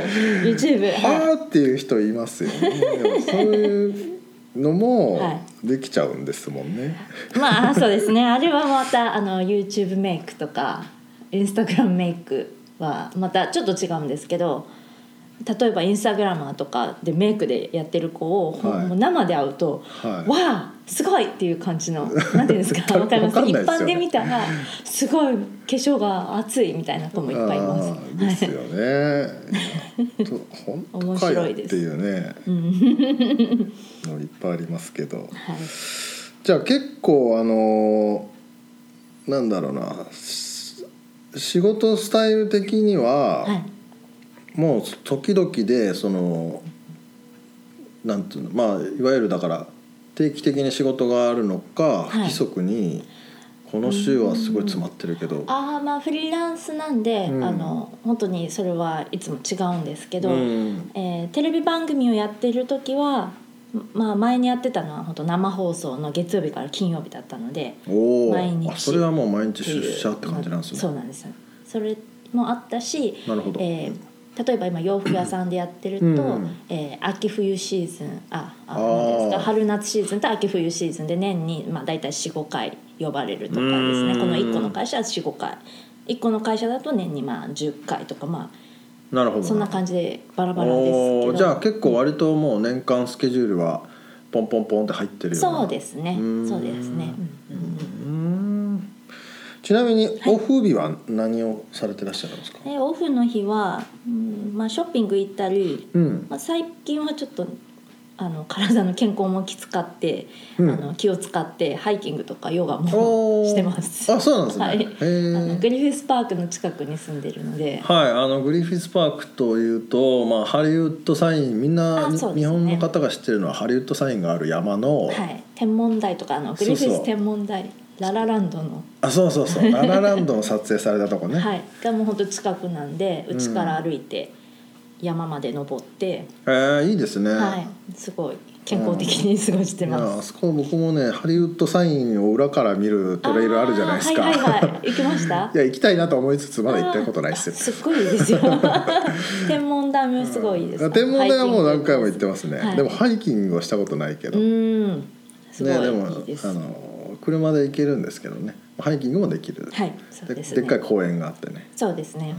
[SPEAKER 3] YouTube はい
[SPEAKER 2] はーっていう人いますよねでもそういうの
[SPEAKER 3] は
[SPEAKER 2] もできちゃうんですもんね、
[SPEAKER 3] まあそうですねあれはまたあの YouTube メイクとか Instagram メイクはまたちょっと違うんですけど例えばインスタグラマーとかでメイクでやってる子を、ほん
[SPEAKER 2] はい
[SPEAKER 3] もう生で会うと「
[SPEAKER 2] はい
[SPEAKER 3] わあすごい!」っていう感 じのなんていうんですかわかります
[SPEAKER 2] わかん
[SPEAKER 3] 一
[SPEAKER 2] ないですよね
[SPEAKER 3] 般で見たら すごい化粧が熱いみたいな子もいっぱいいます。
[SPEAKER 2] あーですよね。いや本当本当かよっていうね。のいっぱいありますけど。
[SPEAKER 3] はい
[SPEAKER 2] じゃあ結構あのーなんだろうなし仕事スタイル的には、
[SPEAKER 3] はい
[SPEAKER 2] もう時々でそのなんていうのまあいわゆるだから定期的に仕事があるのか、
[SPEAKER 3] い
[SPEAKER 2] 不規則にこの週はすごい詰まってるけど。
[SPEAKER 3] ああまあフリーランスなんで、
[SPEAKER 2] うん
[SPEAKER 3] あの本当にそれはいつも違うんですけど、
[SPEAKER 2] うん
[SPEAKER 3] えーテレビ番組をやってる時は、まあ、前にやってたのは本当生放送の月曜日から金曜日だったので
[SPEAKER 2] お
[SPEAKER 3] 毎
[SPEAKER 2] お
[SPEAKER 3] 日
[SPEAKER 2] あそれはもう毎
[SPEAKER 3] っ
[SPEAKER 2] 日出社って感じなんですね
[SPEAKER 3] そうなんですそれもあったし、
[SPEAKER 2] なるほど、
[SPEAKER 3] えー例えば今洋服屋さんでやってると、
[SPEAKER 2] うんうん
[SPEAKER 3] えー秋冬シーズンああ
[SPEAKER 2] あー
[SPEAKER 3] なんていうんですか春夏シーズンと秋冬シーズンで年に、まあ、大体45回呼ばれるとかです
[SPEAKER 2] う
[SPEAKER 3] ね
[SPEAKER 2] ん
[SPEAKER 3] この1個の会社は45回1個の会社だと年にまあ10回とかま
[SPEAKER 2] なるほど
[SPEAKER 3] あ
[SPEAKER 2] ね
[SPEAKER 3] そんな感じでバラバラですけ
[SPEAKER 2] お
[SPEAKER 3] ど
[SPEAKER 2] ーじゃあ結構割ともう年間スケジュールはポンポンポンって入ってるような
[SPEAKER 3] そうですね
[SPEAKER 2] うん
[SPEAKER 3] そうですね、うんうんうん
[SPEAKER 2] うーんちなみにオフ日は何をされてらっしゃるんですか、
[SPEAKER 3] でオフの日は、うんまあ、ショッピング行ったり、
[SPEAKER 2] うん
[SPEAKER 3] まあ、最近はちょっとあの体の健康も気遣って、
[SPEAKER 2] うん
[SPEAKER 3] あの気を使ってハイキングとかヨガも
[SPEAKER 2] おー
[SPEAKER 3] してます。
[SPEAKER 2] あそうなんですね、
[SPEAKER 3] はい
[SPEAKER 2] へー
[SPEAKER 3] あのグリフィスパークの近くに住んでるので、
[SPEAKER 2] はい、あのグリフィス・パークというと、まあ、ハリウッドサインみんな、
[SPEAKER 3] あそうですね
[SPEAKER 2] 日本の方が知ってるのはハリウッドサインがある山の、
[SPEAKER 3] はい、天文台とかあのグリフ
[SPEAKER 2] そう
[SPEAKER 3] ィ
[SPEAKER 2] そう
[SPEAKER 3] ス天文台ララランドの、
[SPEAKER 2] あそうそうそうララランドの撮影されたとこね、
[SPEAKER 3] はい、がもう本当近くなんでうちから歩いて山まで登って、
[SPEAKER 2] えーいいですね、
[SPEAKER 3] はい、すごい健康的に過ごして
[SPEAKER 2] いやあ
[SPEAKER 3] ます。
[SPEAKER 2] そこ僕もねハリウッドサインを裏から見るトレイルあるじゃないですか、
[SPEAKER 3] あーはいはいはい、行きました
[SPEAKER 2] い。や行きたいなと思いつつまだ行ったことないですよ
[SPEAKER 3] すっごいいい ですよ。天文台もすごいいいです、
[SPEAKER 2] 天文台はもう何回も行って
[SPEAKER 3] ま
[SPEAKER 2] ますね、
[SPEAKER 3] はい
[SPEAKER 2] でもハイキングはしたことないけど、
[SPEAKER 3] う
[SPEAKER 2] ね
[SPEAKER 3] ん。すごい
[SPEAKER 2] でも
[SPEAKER 3] いいです。
[SPEAKER 2] あの車で行けるんですけどねハイキングもできる、
[SPEAKER 3] はい、そうです
[SPEAKER 2] で
[SPEAKER 3] ね。
[SPEAKER 2] っかい公園があってね
[SPEAKER 3] そうですね。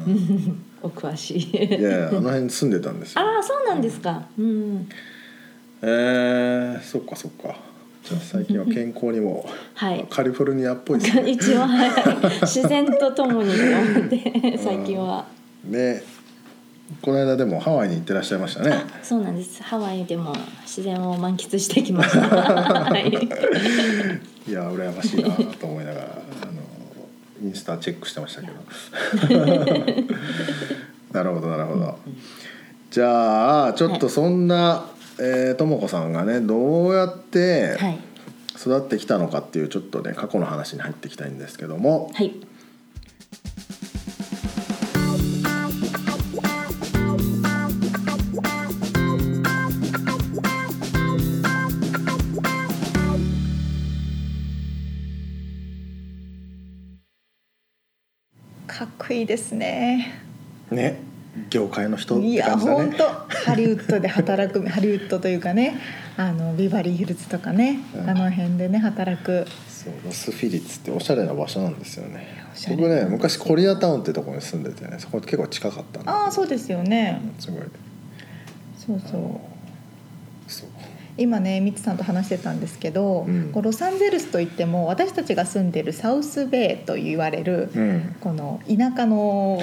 [SPEAKER 3] お詳し
[SPEAKER 2] い
[SPEAKER 3] い。
[SPEAKER 2] やいやあの辺に住んでたんですよ
[SPEAKER 3] ああ、そうなんですか。うん。
[SPEAKER 2] えー、そっかそっかじゃあ最近は健康にも、
[SPEAKER 3] はい
[SPEAKER 2] カリフォルニアっぽいです ね
[SPEAKER 3] 一応はい自然とともにと思って最近は。
[SPEAKER 2] ねこの間でもハワイに行ってらっしゃいましたね
[SPEAKER 3] あ、そうなんです。ハワイでも自然を満喫してきました。 はい。
[SPEAKER 2] いや羨ましいなと思いながらあのインスタチェックしてましたけど なるほどなるほどじゃあちょっとそんなえーとも子さんがねどうやって
[SPEAKER 3] はい。
[SPEAKER 2] 育ってきたのかっていうちょっとね過去の話に入っていきたいんですけども
[SPEAKER 3] はい。
[SPEAKER 1] いいですね
[SPEAKER 2] ね業界の人っ
[SPEAKER 1] い
[SPEAKER 2] て
[SPEAKER 1] や
[SPEAKER 2] 感じだ
[SPEAKER 1] 本
[SPEAKER 2] ね
[SPEAKER 1] 当ハリウッドで働く ハリウッドというかねあのビバリーヒルズとかね、
[SPEAKER 2] うん
[SPEAKER 1] あの辺でね働く
[SPEAKER 2] そうロスフィリッツっておしゃれな場所なんですよね
[SPEAKER 1] おしゃれ
[SPEAKER 2] 僕ね昔コリアタウンってとこに住んでてねそこ結構近かったんだ
[SPEAKER 1] ああそうですよね
[SPEAKER 2] うんすごい
[SPEAKER 1] そう
[SPEAKER 2] あ
[SPEAKER 1] そう
[SPEAKER 2] のそう
[SPEAKER 1] 今ねミツさんと話してたんですけど、
[SPEAKER 2] うん
[SPEAKER 1] こうロサンゼルスといっても私たちが住んでるサウスベイと言われる、
[SPEAKER 2] うん
[SPEAKER 1] この田舎 の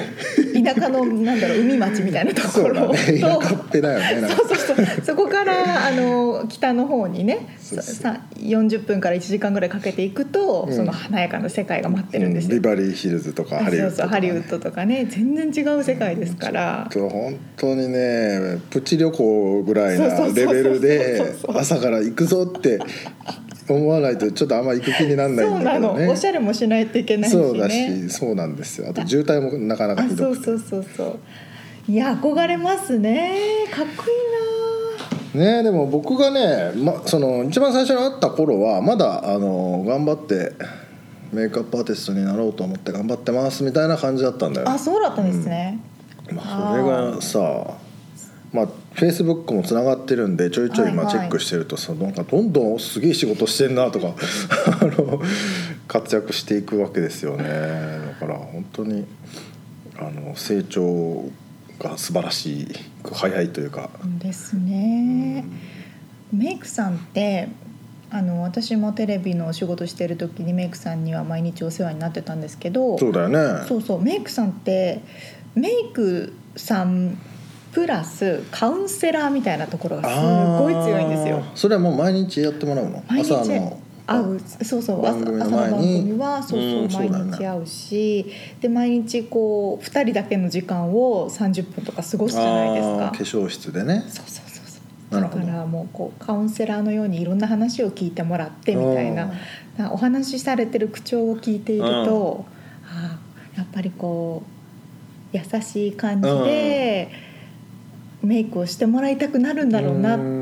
[SPEAKER 1] 田舎のなんだろう海町みたいなとこ
[SPEAKER 2] そうだ
[SPEAKER 1] ろと。
[SPEAKER 2] ね田舎っぺだよねなん
[SPEAKER 1] そ
[SPEAKER 2] か
[SPEAKER 1] うそうそうそこからあの北の方にね
[SPEAKER 2] そうそう
[SPEAKER 1] さ40分から1時間ぐらいかけていくと、
[SPEAKER 2] うん
[SPEAKER 1] その華やかな世界が待ってるんです
[SPEAKER 2] う
[SPEAKER 1] よ
[SPEAKER 2] ビ、バリーヒルズとか
[SPEAKER 1] あ
[SPEAKER 2] ハリウ
[SPEAKER 1] そ
[SPEAKER 2] ッ
[SPEAKER 1] うそ
[SPEAKER 2] ド
[SPEAKER 1] う
[SPEAKER 2] と
[SPEAKER 1] ハ
[SPEAKER 2] か
[SPEAKER 1] リ
[SPEAKER 2] ね
[SPEAKER 1] ウッドとかね全然違う世界ですから、
[SPEAKER 2] ちょっと本当にねプチ旅行ぐらい
[SPEAKER 1] そ
[SPEAKER 2] な
[SPEAKER 1] うそうそう
[SPEAKER 2] レ
[SPEAKER 1] そう
[SPEAKER 2] ベルで
[SPEAKER 1] そうそう
[SPEAKER 2] 朝から行くぞって思わないとちょっとあんま行く気にならない
[SPEAKER 1] そうんな
[SPEAKER 2] だけど
[SPEAKER 1] の、
[SPEAKER 2] ね
[SPEAKER 1] おしゃれもしないといけないしね
[SPEAKER 2] そうだしそうなんですよあと渋滞もなかなか
[SPEAKER 1] あ
[SPEAKER 2] ひ
[SPEAKER 1] そ
[SPEAKER 2] ど
[SPEAKER 1] う
[SPEAKER 2] くて
[SPEAKER 1] そうそうそういや憧れますねかっこい
[SPEAKER 2] ねでも僕がね、ま、その一番最初に会った頃はまだあの頑張ってメイクアップアーティストになろうと思って頑張ってますみたいな感じだったんだ
[SPEAKER 1] い
[SPEAKER 2] よ
[SPEAKER 1] なあそうだったんですね、
[SPEAKER 2] まあ、それがさまあフェイスブックもつながってるんでちょいちょい今
[SPEAKER 1] はい
[SPEAKER 2] チェ
[SPEAKER 1] はい
[SPEAKER 2] ックしてるとさ、なんかどんどんすげえ仕事してん なとかあの活躍していくわけですよねだから本当にあの成長が素晴らしく早いというか。
[SPEAKER 1] ですね、メイクさんってあの私もテレビのお仕事してる時にメイクさんには毎日お世話になってたんですけど
[SPEAKER 2] そうだよね
[SPEAKER 1] そうそうメイクさんってメイクさんプラスカウンセラーみたいなところがすごい強いんですよ
[SPEAKER 2] あ。ーそれはもう毎日やってもらうの
[SPEAKER 1] 毎日
[SPEAKER 2] 朝の
[SPEAKER 1] 会うそうそう朝
[SPEAKER 2] 番
[SPEAKER 1] 朝
[SPEAKER 2] 組
[SPEAKER 1] の
[SPEAKER 2] の
[SPEAKER 1] 番
[SPEAKER 2] 前に
[SPEAKER 1] 組はそうそう、
[SPEAKER 2] うんそうだよ
[SPEAKER 1] 毎
[SPEAKER 2] ね
[SPEAKER 1] 日会うしで毎日こう2人だけの時間を30分とか過ごすじゃないです
[SPEAKER 2] あ
[SPEAKER 1] か
[SPEAKER 2] ー。化粧室でね
[SPEAKER 1] そうそうそうそう
[SPEAKER 2] な
[SPEAKER 1] だ
[SPEAKER 2] るほ
[SPEAKER 1] か
[SPEAKER 2] ど
[SPEAKER 1] らもうこうカウンセラーのようにいろんな話を聞いてもらってみたいななお話しされてる口調を聞いていると、ああやっぱりこう優しい感じでメイクをしてもらいたくなるんだろうな、
[SPEAKER 2] ん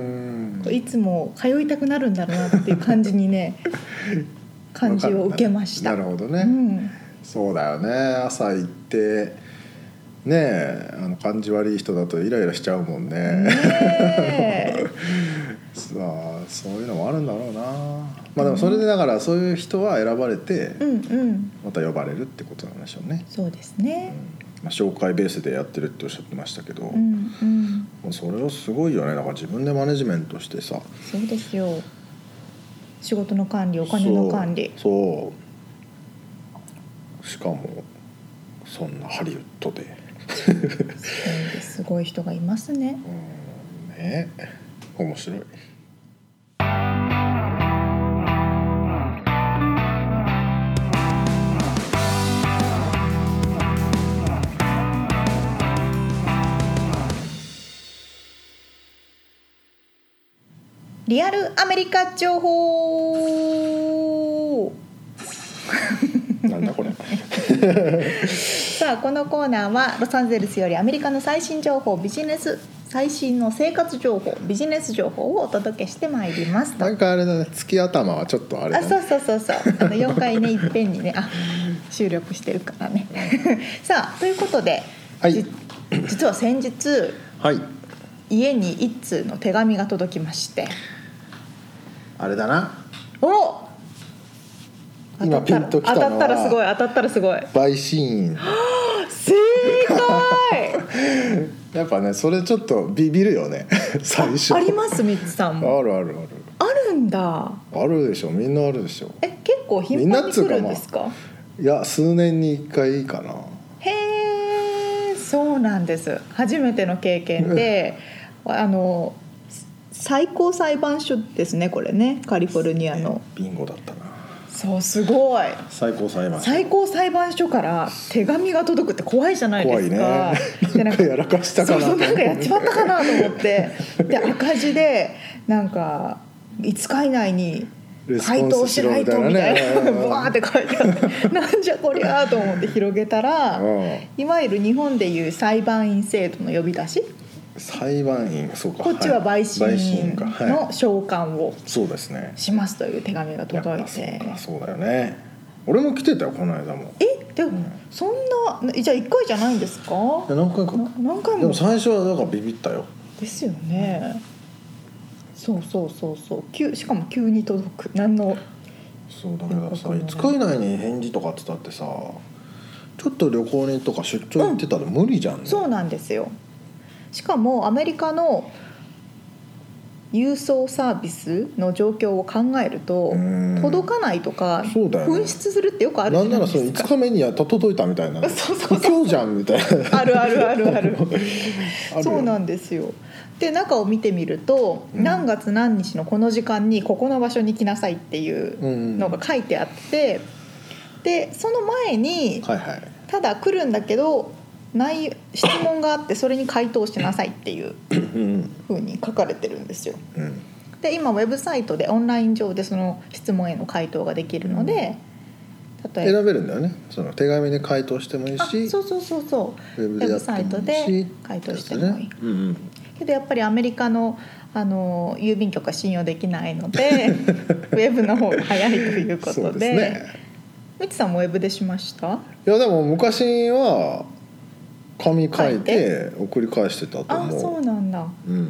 [SPEAKER 1] いつも通いたくなるんだろうなっていう感じに ね感じを受けました。
[SPEAKER 2] なるほどね、
[SPEAKER 1] うん、
[SPEAKER 2] そうだよね朝行ってねえあの感じ悪い人だとイライラしちゃうもんね、
[SPEAKER 1] ねえ
[SPEAKER 2] さあそういうのもあるんだろうなまあでもそれでだからそういう人は選ばれて
[SPEAKER 1] うんうん
[SPEAKER 2] また呼ばれるってことなんでしょうね、
[SPEAKER 1] そうです
[SPEAKER 2] うん
[SPEAKER 1] ね。
[SPEAKER 2] まあ、紹介ベースでやってるっておっしゃってましたけど、
[SPEAKER 1] うんうん
[SPEAKER 2] もうそれはすごいよねだから自分でマネジメントしてさ
[SPEAKER 1] そうですよ。仕事の管理、お金の管理。
[SPEAKER 2] そうそうしかもそんなハリウッドで、
[SPEAKER 1] うんすごい人がいますね。
[SPEAKER 2] うん、ね面白い
[SPEAKER 1] リアルアメリカ情報。
[SPEAKER 2] なんだ これ
[SPEAKER 1] さあ、このコーナーはロサンゼルスよりアメリカの最新情報、ビジネス。最新の生活情報、ビジネス情報をお届けしてまいりますと。
[SPEAKER 2] なんかあれだね月頭はちょっとあれ
[SPEAKER 1] あ
[SPEAKER 2] だ
[SPEAKER 1] そ
[SPEAKER 2] ね
[SPEAKER 1] うそうそうそうあの4回ねいっぺんにねあ収録してるからね さあということで、
[SPEAKER 2] はい
[SPEAKER 1] じ実は先日
[SPEAKER 2] はい
[SPEAKER 1] 家に一通の手紙が届きまして
[SPEAKER 2] あれだな
[SPEAKER 1] お
[SPEAKER 2] 今
[SPEAKER 1] 当たったら
[SPEAKER 2] ピンときたの
[SPEAKER 1] 当た
[SPEAKER 2] は
[SPEAKER 1] ったらすごい当たったらすごい
[SPEAKER 2] 陪 審員
[SPEAKER 1] 正解
[SPEAKER 2] やっぱねそれちょっとビビるよね最初
[SPEAKER 1] ありますみつさんも
[SPEAKER 2] あるあるある
[SPEAKER 1] あるんだ
[SPEAKER 2] あるでしょみんなあるでしょ
[SPEAKER 1] え結構頻繁に来るんですか
[SPEAKER 2] いや数年に1回かな
[SPEAKER 1] へえそうなんです初めての経験であの最高裁判所ですねこれねカリフォルニアの
[SPEAKER 2] ビンゴだったな
[SPEAKER 1] そうすごい
[SPEAKER 2] 最高裁判所
[SPEAKER 1] 最高裁判所から手紙が届くって怖いじゃないですか。
[SPEAKER 2] 怖いね
[SPEAKER 1] で
[SPEAKER 2] なんかやらかしたかな
[SPEAKER 1] そうそう
[SPEAKER 2] と
[SPEAKER 1] な
[SPEAKER 2] 思っ
[SPEAKER 1] んか
[SPEAKER 2] て
[SPEAKER 1] やっちまったかなと思ってで赤字でなんか5日以内に
[SPEAKER 2] レス
[SPEAKER 1] 回
[SPEAKER 2] ポ
[SPEAKER 1] 答
[SPEAKER 2] ンス
[SPEAKER 1] し
[SPEAKER 2] し
[SPEAKER 1] な
[SPEAKER 2] ろ
[SPEAKER 1] い
[SPEAKER 2] み
[SPEAKER 1] と
[SPEAKER 2] たいな
[SPEAKER 1] み
[SPEAKER 2] ね
[SPEAKER 1] たいな ブワーって書いてあってなんじゃこりゃーと思って広げたら
[SPEAKER 2] うん
[SPEAKER 1] いわゆる日本でいう裁判員制度の呼び出し
[SPEAKER 2] 裁判員そうか
[SPEAKER 1] こっちはい陪審員
[SPEAKER 2] かはい
[SPEAKER 1] の召喚を
[SPEAKER 2] そうですね
[SPEAKER 1] しますという手紙が届い
[SPEAKER 2] やっ
[SPEAKER 1] て
[SPEAKER 2] ぱそうかそうだよね俺も来てたよこの間も
[SPEAKER 1] えでも、
[SPEAKER 2] ん
[SPEAKER 1] そんなじゃあ一回じゃないんですか
[SPEAKER 2] いや何回か
[SPEAKER 1] な何回
[SPEAKER 2] で
[SPEAKER 1] も
[SPEAKER 2] も最初はだからビビったよ
[SPEAKER 1] ですよね、そうそうそうそう急しかも急に届く何の
[SPEAKER 2] そうだけどさ
[SPEAKER 1] よくわか
[SPEAKER 2] 5日以
[SPEAKER 1] ん
[SPEAKER 2] 内に返事とかって言ったってさちょっと旅行にとか出張行ってたら無理じゃんね、
[SPEAKER 1] そうなんですよしかもアメリカの郵送サービスの状況を考えると
[SPEAKER 2] うん
[SPEAKER 1] 届かないとか
[SPEAKER 2] そうだよね
[SPEAKER 1] 紛失するってよくある
[SPEAKER 2] な
[SPEAKER 1] じゃ
[SPEAKER 2] んな
[SPEAKER 1] ないで
[SPEAKER 2] らその
[SPEAKER 1] す
[SPEAKER 2] 5
[SPEAKER 1] か
[SPEAKER 2] 日目にやっと届いたみたいな
[SPEAKER 1] そうそうそう
[SPEAKER 2] 今日じゃんみたいな
[SPEAKER 1] あるあるあるある
[SPEAKER 2] ある
[SPEAKER 1] そうなんんですよで中を見てみると、
[SPEAKER 2] うん
[SPEAKER 1] 何月何日のこの時間にここの場所に来なさいっていう
[SPEAKER 2] うん
[SPEAKER 1] のが書いてあって、でその前に
[SPEAKER 2] はいはい
[SPEAKER 1] ただ来るんだけど内質問があってそれに回答しなさいっていう
[SPEAKER 2] うん
[SPEAKER 1] ふうに書かれてるんですよ。
[SPEAKER 2] うん
[SPEAKER 1] で今ウェブサイトでオンライン上でその質問への回答ができるので、例えば
[SPEAKER 2] 選べるんだよねその手紙で回答してもいい
[SPEAKER 1] あ
[SPEAKER 2] し
[SPEAKER 1] そうそうそうそう
[SPEAKER 2] ウェ
[SPEAKER 1] ウ
[SPEAKER 2] ブで
[SPEAKER 1] ェ
[SPEAKER 2] や
[SPEAKER 1] ブ
[SPEAKER 2] っても
[SPEAKER 1] サ
[SPEAKER 2] い
[SPEAKER 1] イ
[SPEAKER 2] い
[SPEAKER 1] トで
[SPEAKER 2] し
[SPEAKER 1] 回答してもいい
[SPEAKER 2] で。すねうんうん
[SPEAKER 1] けどやっぱりアメリカのあの郵便局は信用できないの でウェブの方が早いというこ
[SPEAKER 2] そ
[SPEAKER 1] と
[SPEAKER 2] うです
[SPEAKER 1] で
[SPEAKER 2] ね
[SPEAKER 1] みち、さんもウェブでしました
[SPEAKER 2] いやでも昔は紙書
[SPEAKER 1] 書
[SPEAKER 2] い
[SPEAKER 1] い
[SPEAKER 2] て送り返してたと
[SPEAKER 1] あ
[SPEAKER 2] 思う
[SPEAKER 1] そうなんだ
[SPEAKER 2] うん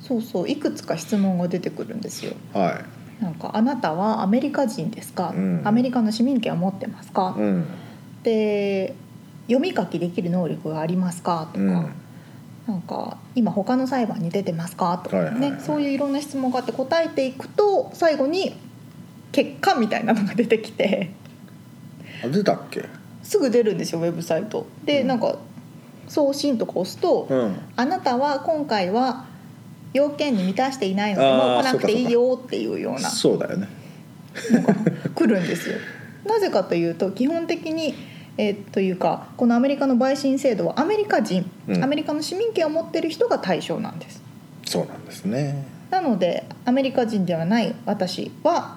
[SPEAKER 1] そうそういくつか質問が出てくるんですよ
[SPEAKER 2] は
[SPEAKER 1] なんか「あなたはアメリカ人ですか
[SPEAKER 2] うん
[SPEAKER 1] アメリカの市民権を持ってますか
[SPEAKER 2] いうん
[SPEAKER 1] で読み書きできる能力がありますか?」とか、
[SPEAKER 2] うん
[SPEAKER 1] なんか今他の裁判に出てますかとかね、
[SPEAKER 2] はいはいはい
[SPEAKER 1] そういういろんな質問があって答えていくと最後に結果みたいなのが出てきて
[SPEAKER 2] あ出たっけ
[SPEAKER 1] すぐ出るんですよウェブサイトで、
[SPEAKER 2] うん
[SPEAKER 1] なんか送信とか押すと、
[SPEAKER 2] うん
[SPEAKER 1] あなたは今回は要件に満たしていないので
[SPEAKER 2] あー
[SPEAKER 1] もう来なくていいよっていうような
[SPEAKER 2] そうだよね
[SPEAKER 1] 来るんですよ。なぜかというと基本的にえーというかこのアメリカの陪審制度はアメリカ人、
[SPEAKER 2] うん
[SPEAKER 1] アメリカの市民権を持ってる人が対象なんです。
[SPEAKER 2] そうなんですね
[SPEAKER 1] なのでアメリカ人ではない私は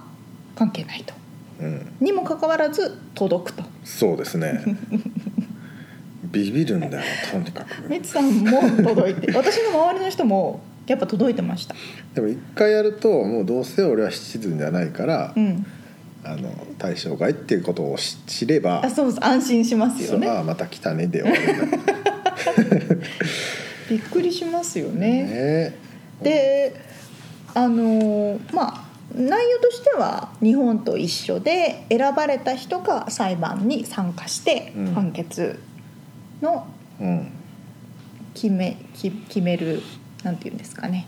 [SPEAKER 1] 関係ないと
[SPEAKER 2] うん
[SPEAKER 1] にもかかわらず届くと
[SPEAKER 2] そうです ねビビるんだよとにかく
[SPEAKER 1] みつさんも届い て私の周りの人もやっぱ届いてました
[SPEAKER 2] でも一回やるともうどうせ俺はシチズンじゃないから、
[SPEAKER 1] うん
[SPEAKER 2] あの対象外っていうことを知知れば
[SPEAKER 1] あそうそう安心します
[SPEAKER 2] そ
[SPEAKER 1] よ
[SPEAKER 2] う
[SPEAKER 1] ね
[SPEAKER 2] ああまた来たねで終わるんだ
[SPEAKER 1] びっくりしますよね
[SPEAKER 2] ね
[SPEAKER 1] であのーまあ内容としては日本と一緒で選ばれた人が裁判に参加して
[SPEAKER 2] うん
[SPEAKER 1] 判決の
[SPEAKER 2] うん
[SPEAKER 1] 決め,、き決めるなんていうんですかね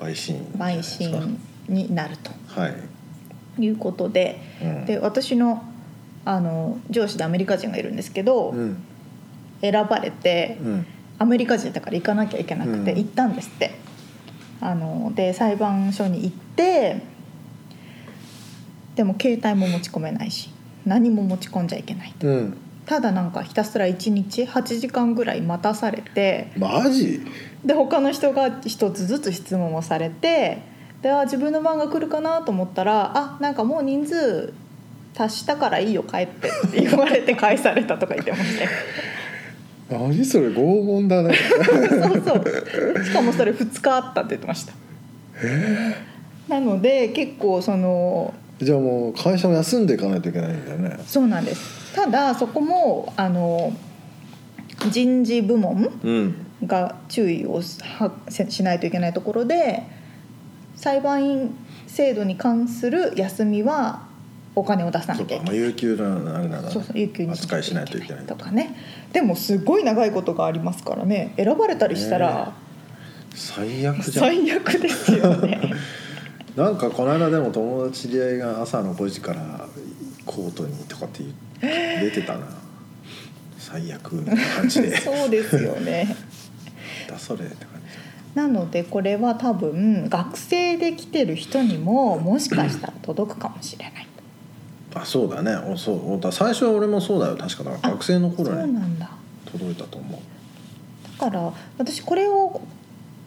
[SPEAKER 2] 陪審
[SPEAKER 1] 陪審になると
[SPEAKER 2] はい、
[SPEAKER 1] いうことで
[SPEAKER 2] うん、
[SPEAKER 1] で私のあの上司でアメリカ人がいるんですけど、
[SPEAKER 2] うん
[SPEAKER 1] 選ばれて
[SPEAKER 2] うん
[SPEAKER 1] アメリカ人だから行かなきゃいけなくて
[SPEAKER 2] うん
[SPEAKER 1] 行ったんですって。あので裁判所に行ってでも携帯も持ち込めないし何も持ち込んじゃいけない
[SPEAKER 2] うん
[SPEAKER 1] ただなんかひたすら1日8時間ぐらい待たされて
[SPEAKER 2] マジ
[SPEAKER 1] で他の人が一つずつ質問をされてであ自分の番が来るかなと思ったら「あなんかもう人数足したからいいよ帰って」って言われて返されたとか言ってましたよ。
[SPEAKER 2] 何それ拷問だね
[SPEAKER 1] そうそうしかもそれ2日あったって言ってましたなので結構その
[SPEAKER 2] じゃあもう会社も休んでいかないといけないんだよね
[SPEAKER 1] そうなんですただそこもあの人事部門
[SPEAKER 2] うん
[SPEAKER 1] が注意をはせしないといけないところで裁判員制度に関する休みはお金を出さなき
[SPEAKER 2] そ
[SPEAKER 1] ゃ
[SPEAKER 2] う
[SPEAKER 1] いけ
[SPEAKER 2] か
[SPEAKER 1] ない
[SPEAKER 2] まあ有給のあれなら
[SPEAKER 1] そうそう有給に
[SPEAKER 2] 扱いしないといけない
[SPEAKER 1] とかねでもすごい長いことがありますからね選ばれたりしたら
[SPEAKER 2] 最悪じゃん
[SPEAKER 1] 最悪ですよね
[SPEAKER 2] なんかこの間でも友達知り合いが朝の5時からコートにとかって言出てたな最悪みたいな感じ で
[SPEAKER 1] そうですよね
[SPEAKER 2] だそれって感じ
[SPEAKER 1] なのでこれは多分学生で来てる人にももしかしたら届くかもしれない
[SPEAKER 2] あそうだねおそうおだ最初は俺もそうだよ確かだから学生の
[SPEAKER 1] そう
[SPEAKER 2] 頃に
[SPEAKER 1] なんだ
[SPEAKER 2] 届いたと思う
[SPEAKER 1] だから私これを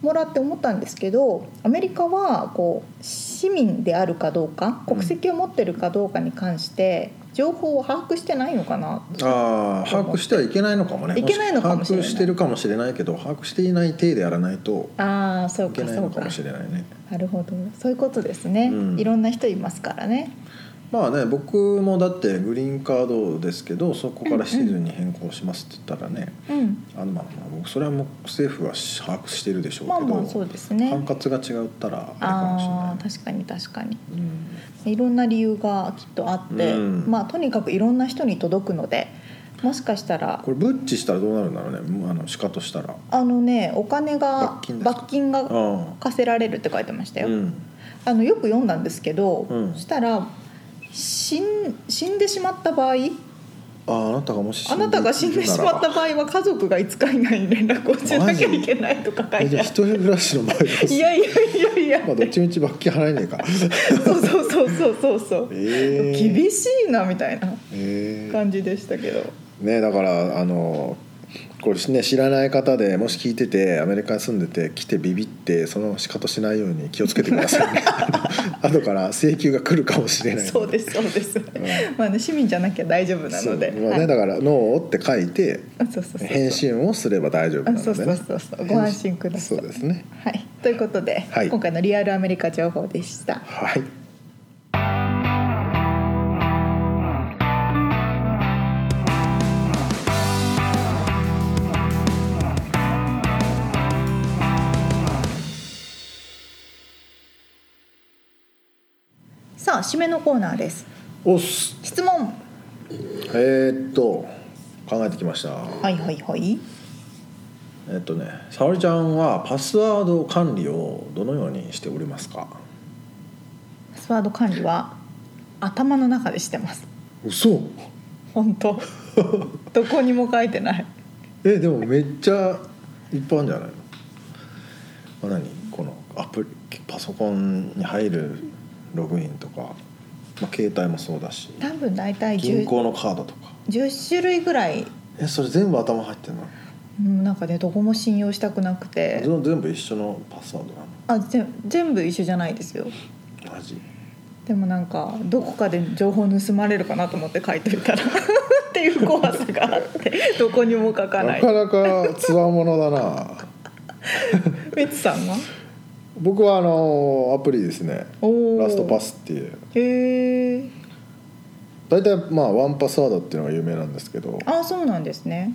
[SPEAKER 1] もらって思ったんですけどアメリカはこう市民であるかどうか
[SPEAKER 2] うん
[SPEAKER 1] 国籍を持ってるかどうかに関して情報を把握してないのかな
[SPEAKER 2] ああ把握してはいけないのかもね
[SPEAKER 1] いけないのかもしれない
[SPEAKER 2] 把握してるかもしれないけど把握していない体でやらないと
[SPEAKER 1] ああそ
[SPEAKER 2] いけないのかもしれないね
[SPEAKER 1] なるほどそういうことですね、
[SPEAKER 2] うん
[SPEAKER 1] いろんな人いますからね
[SPEAKER 2] まあね僕もだってグリーンカードですけどそこからシーズンに変更しますって言ったらね、
[SPEAKER 1] うん、
[SPEAKER 2] あのまあまあ僕それはもう政府は把握してるでしょうけ
[SPEAKER 1] まあ
[SPEAKER 2] ど、
[SPEAKER 1] まあそうですね
[SPEAKER 2] 管轄が違ったらあれかもしれ
[SPEAKER 1] あー
[SPEAKER 2] ない。
[SPEAKER 1] 確かに確かに
[SPEAKER 2] うん
[SPEAKER 1] いろんな理由がきっとあって、
[SPEAKER 2] うん
[SPEAKER 1] まあとにかくいろんな人に届くのでもしかしたら
[SPEAKER 2] これブッチしたらどうなるんだろうねもうあの鹿としたら
[SPEAKER 1] あのねお金が
[SPEAKER 2] 罰金ですか
[SPEAKER 1] 罰金が
[SPEAKER 2] あ
[SPEAKER 1] 課せられるって書いてました
[SPEAKER 2] あ
[SPEAKER 1] よ、
[SPEAKER 2] うん
[SPEAKER 1] あのよく読んだんですけど、
[SPEAKER 2] うん
[SPEAKER 1] そしたら死ん死んでしまった場合
[SPEAKER 2] あああなたがもし
[SPEAKER 1] あなたが死んでしまった場合は家族が5日以内に連絡をしなきゃいけないとか書
[SPEAKER 2] え
[SPEAKER 1] いて
[SPEAKER 2] じゃあ
[SPEAKER 1] あ
[SPEAKER 2] 一人暮らしの場合は
[SPEAKER 1] るいやいやいやいや
[SPEAKER 2] まあどっちみち罰金払えね えか
[SPEAKER 1] そうそうそうそうそうそう
[SPEAKER 2] ええ
[SPEAKER 1] 厳しいなみたいな
[SPEAKER 2] ええ
[SPEAKER 1] 感じでしたけど
[SPEAKER 2] ねだからあのこれね知らない方でもし聞いててアメリカに住んでて来てビビってその仕方しないように気をつけてくださいね あの後から請求が来るかもしれない
[SPEAKER 1] そうですそうです、まあね市民じゃなきゃ大丈夫な
[SPEAKER 2] そう
[SPEAKER 1] ので
[SPEAKER 2] まあね、だから「ノー」って書いて
[SPEAKER 1] あそうそうそうそう
[SPEAKER 2] 返信をすれば大丈夫な
[SPEAKER 1] あ
[SPEAKER 2] ので、ね、
[SPEAKER 1] そうそうそうそうご安心ください
[SPEAKER 2] そうですね
[SPEAKER 1] はい、ということで、
[SPEAKER 2] はい
[SPEAKER 1] 今回のリアルアメリカ情報でした
[SPEAKER 2] はい
[SPEAKER 1] さあ締めのコーナーです
[SPEAKER 2] おっす
[SPEAKER 1] 質問
[SPEAKER 2] えーっと考えてきました
[SPEAKER 1] はいはいはい
[SPEAKER 2] えっとね沙織ちゃんはパスワード管理をどのようにしておりますか
[SPEAKER 1] パスワード管理は頭の中でしてます
[SPEAKER 2] 嘘
[SPEAKER 1] 本 当どこにも書いてない
[SPEAKER 2] えでもめっちゃいっぱいあるんじゃないの、まあ、何このアプリパソコンに入るログインとか、まあ、携帯もそうだし
[SPEAKER 1] 多分大体
[SPEAKER 2] 銀
[SPEAKER 1] 10,
[SPEAKER 2] 行のカードとか
[SPEAKER 1] 10種類ぐらい
[SPEAKER 2] えそれ全部頭入ってるの
[SPEAKER 1] うんなんかねどこも信用したくなくて
[SPEAKER 2] 全部全部一緒のパスワードな
[SPEAKER 1] あぜ全部一緒じゃないですよ
[SPEAKER 2] のマジ
[SPEAKER 1] でもなんかどこかで情報盗まれるかなと思って書いといたら っていう怖さがあってどこにも書かな
[SPEAKER 2] ないかなかつわものだな
[SPEAKER 1] ベツさんは
[SPEAKER 2] 僕はあのアプリですね
[SPEAKER 1] お
[SPEAKER 2] ラストパ
[SPEAKER 1] ス
[SPEAKER 2] スっていう
[SPEAKER 1] へえ
[SPEAKER 2] 大体まあワンパスワードっていうのが有名なんですけど、
[SPEAKER 1] あそうなんですね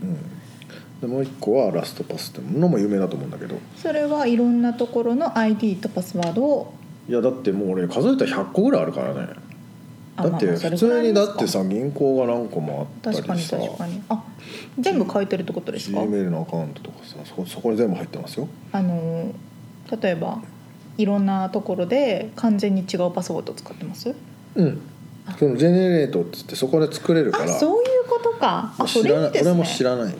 [SPEAKER 2] うん、でもう一個はラストパスっていうのも有名だと思うんだけど
[SPEAKER 1] それはいろんなところの ID とパスワードを
[SPEAKER 2] いやだってもう俺数えたら100個ぐらいあるからねだって普通にだってさ銀行が何個もあった
[SPEAKER 1] 確か
[SPEAKER 2] り
[SPEAKER 1] に
[SPEAKER 2] さ
[SPEAKER 1] 確かにあ全部書いてるってことですか
[SPEAKER 2] Gmail のアカウントとかさそこそこに全部入ってますよ
[SPEAKER 1] あの例えばいろんなところで完全に違うパスワード使ってます
[SPEAKER 2] うん
[SPEAKER 1] あ
[SPEAKER 2] そのジェネレートっつってそこで作れるか
[SPEAKER 1] あ
[SPEAKER 2] ら
[SPEAKER 1] そういうことかあそ
[SPEAKER 2] 知
[SPEAKER 1] れ
[SPEAKER 2] ら
[SPEAKER 1] いい
[SPEAKER 2] ない
[SPEAKER 1] ですね
[SPEAKER 2] 俺も知らないよ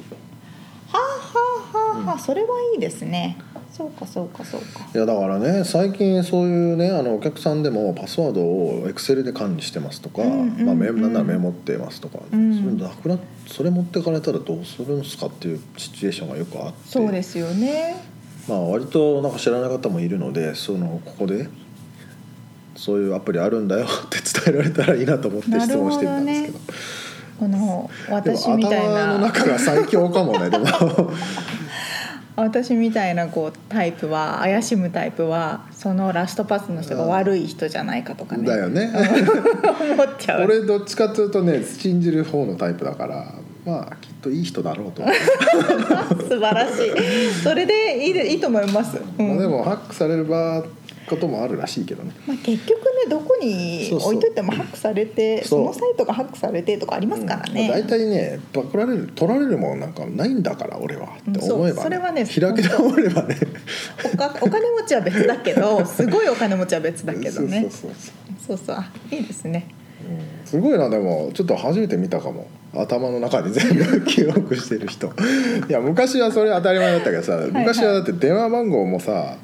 [SPEAKER 1] はあはあはあはあ、
[SPEAKER 2] うん
[SPEAKER 1] それはいいですねそうかそうかそうか
[SPEAKER 2] いやだからね最近そういうねあのお客さんでもパスワードを Excel で管理してますとか、
[SPEAKER 1] うんうんうん
[SPEAKER 2] まあ、メなんならメモってますとか、
[SPEAKER 1] うん
[SPEAKER 2] それなくなそれ持ってかれたらどうするんですかっていうシチュエーションがよくあって
[SPEAKER 1] そうですよね
[SPEAKER 2] まあ、割となんか知らない方もいるのでそのここでそういうアプリあるんだよ って伝えられたらいいなと思って質問してみたんですけど
[SPEAKER 1] この
[SPEAKER 2] でも
[SPEAKER 1] 私みたい
[SPEAKER 2] 頭の
[SPEAKER 1] な
[SPEAKER 2] 中が最強かもね でも
[SPEAKER 1] 私みたいなこうタイプは怪しむタイプはそのラストパスの人が悪い人じゃないかとかね
[SPEAKER 2] だ よね
[SPEAKER 1] 思っちゃう
[SPEAKER 2] 俺どっちかというとね信じる方のタイプだからまあきっといい人だろうと思う、
[SPEAKER 1] 素晴らしいそれでいいでいいと思います、うん
[SPEAKER 2] まあ、でもハックされる場こともあるらしいけどね
[SPEAKER 1] まあ、結局ねどこに
[SPEAKER 2] そうそう
[SPEAKER 1] 置いといてもハックされてそ
[SPEAKER 2] そう
[SPEAKER 1] のサイトがハックされてとかありますから
[SPEAKER 2] うん
[SPEAKER 1] ね、
[SPEAKER 2] まあ大体ねパクられる取られるもんなんかないんだから俺はって思え
[SPEAKER 1] うんそう
[SPEAKER 2] ば、
[SPEAKER 1] それはね
[SPEAKER 2] 開け直ればね
[SPEAKER 1] おかお金持ちは別だけ どすごいお金持ちは別だけどね
[SPEAKER 2] そうそうそうそう
[SPEAKER 1] そうそうあいいですね
[SPEAKER 2] うんすごいなでもちょっと初めて見たかも頭の中で全部記憶してる人 いや昔はそれ当たり前だったけどさ
[SPEAKER 1] い
[SPEAKER 2] 昔はだって電話番号もさ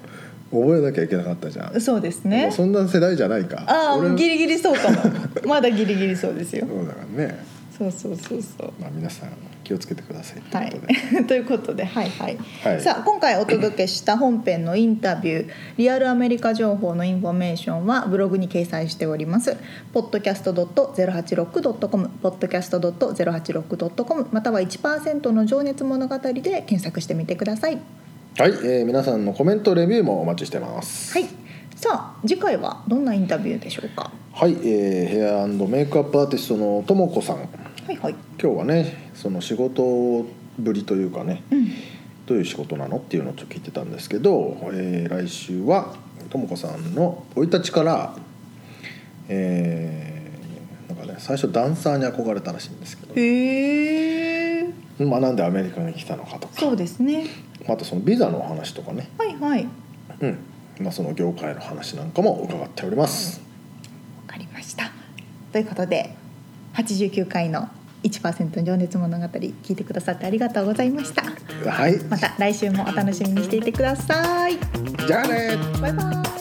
[SPEAKER 2] 覚えなきゃいけなかったじゃん
[SPEAKER 1] そうです
[SPEAKER 2] も
[SPEAKER 1] ね
[SPEAKER 2] うそんな世代じゃないか
[SPEAKER 1] ああ
[SPEAKER 2] 俺
[SPEAKER 1] ギリギリそう かもまだギリギリそうですよ
[SPEAKER 2] そうだからね、
[SPEAKER 1] そうそうそうそう
[SPEAKER 2] まあ、皆さん気をつけてくださいと
[SPEAKER 1] は
[SPEAKER 2] い
[SPEAKER 1] い
[SPEAKER 2] うこと で、、
[SPEAKER 1] ということで、はいはい、
[SPEAKER 2] はい
[SPEAKER 1] さあ今回お届けした本編のインタビュー「リアルアメリカ情報のインフォメーション」はブログに掲載しております podcast.086.com podcast.086.com または1%の情熱物語で検索してみてください。
[SPEAKER 2] はいえー皆さんのコメントレビューもお待ちしてます
[SPEAKER 1] はい、さあ次回はどんなインタビューでしょうか
[SPEAKER 2] はい、えーヘアメイクアップアーティストのともこさん
[SPEAKER 1] はいはい。
[SPEAKER 2] 今日はねその仕事ぶりというかね
[SPEAKER 1] うん。
[SPEAKER 2] どういう仕事なのっていうのをちょっと聞いてたんですけど、えー来週はともこさんの生い立ちから、えーなんかね最初ダンサーに憧れたらしいんですけど、
[SPEAKER 1] へえ。
[SPEAKER 2] まあ、なんでアメリカに来たのかと
[SPEAKER 1] そう
[SPEAKER 2] か
[SPEAKER 1] ですね。
[SPEAKER 2] またそのビザのお話とかね、
[SPEAKER 1] はいはい。わ
[SPEAKER 2] うんまあ、その業界の話なんかも伺っております。
[SPEAKER 1] かりました。ということで、89回の1%情熱物語聞いてくださってありがとうございました。
[SPEAKER 2] はい
[SPEAKER 1] また来週もお楽しみにしていてください。
[SPEAKER 2] じゃあね
[SPEAKER 1] バイバイ。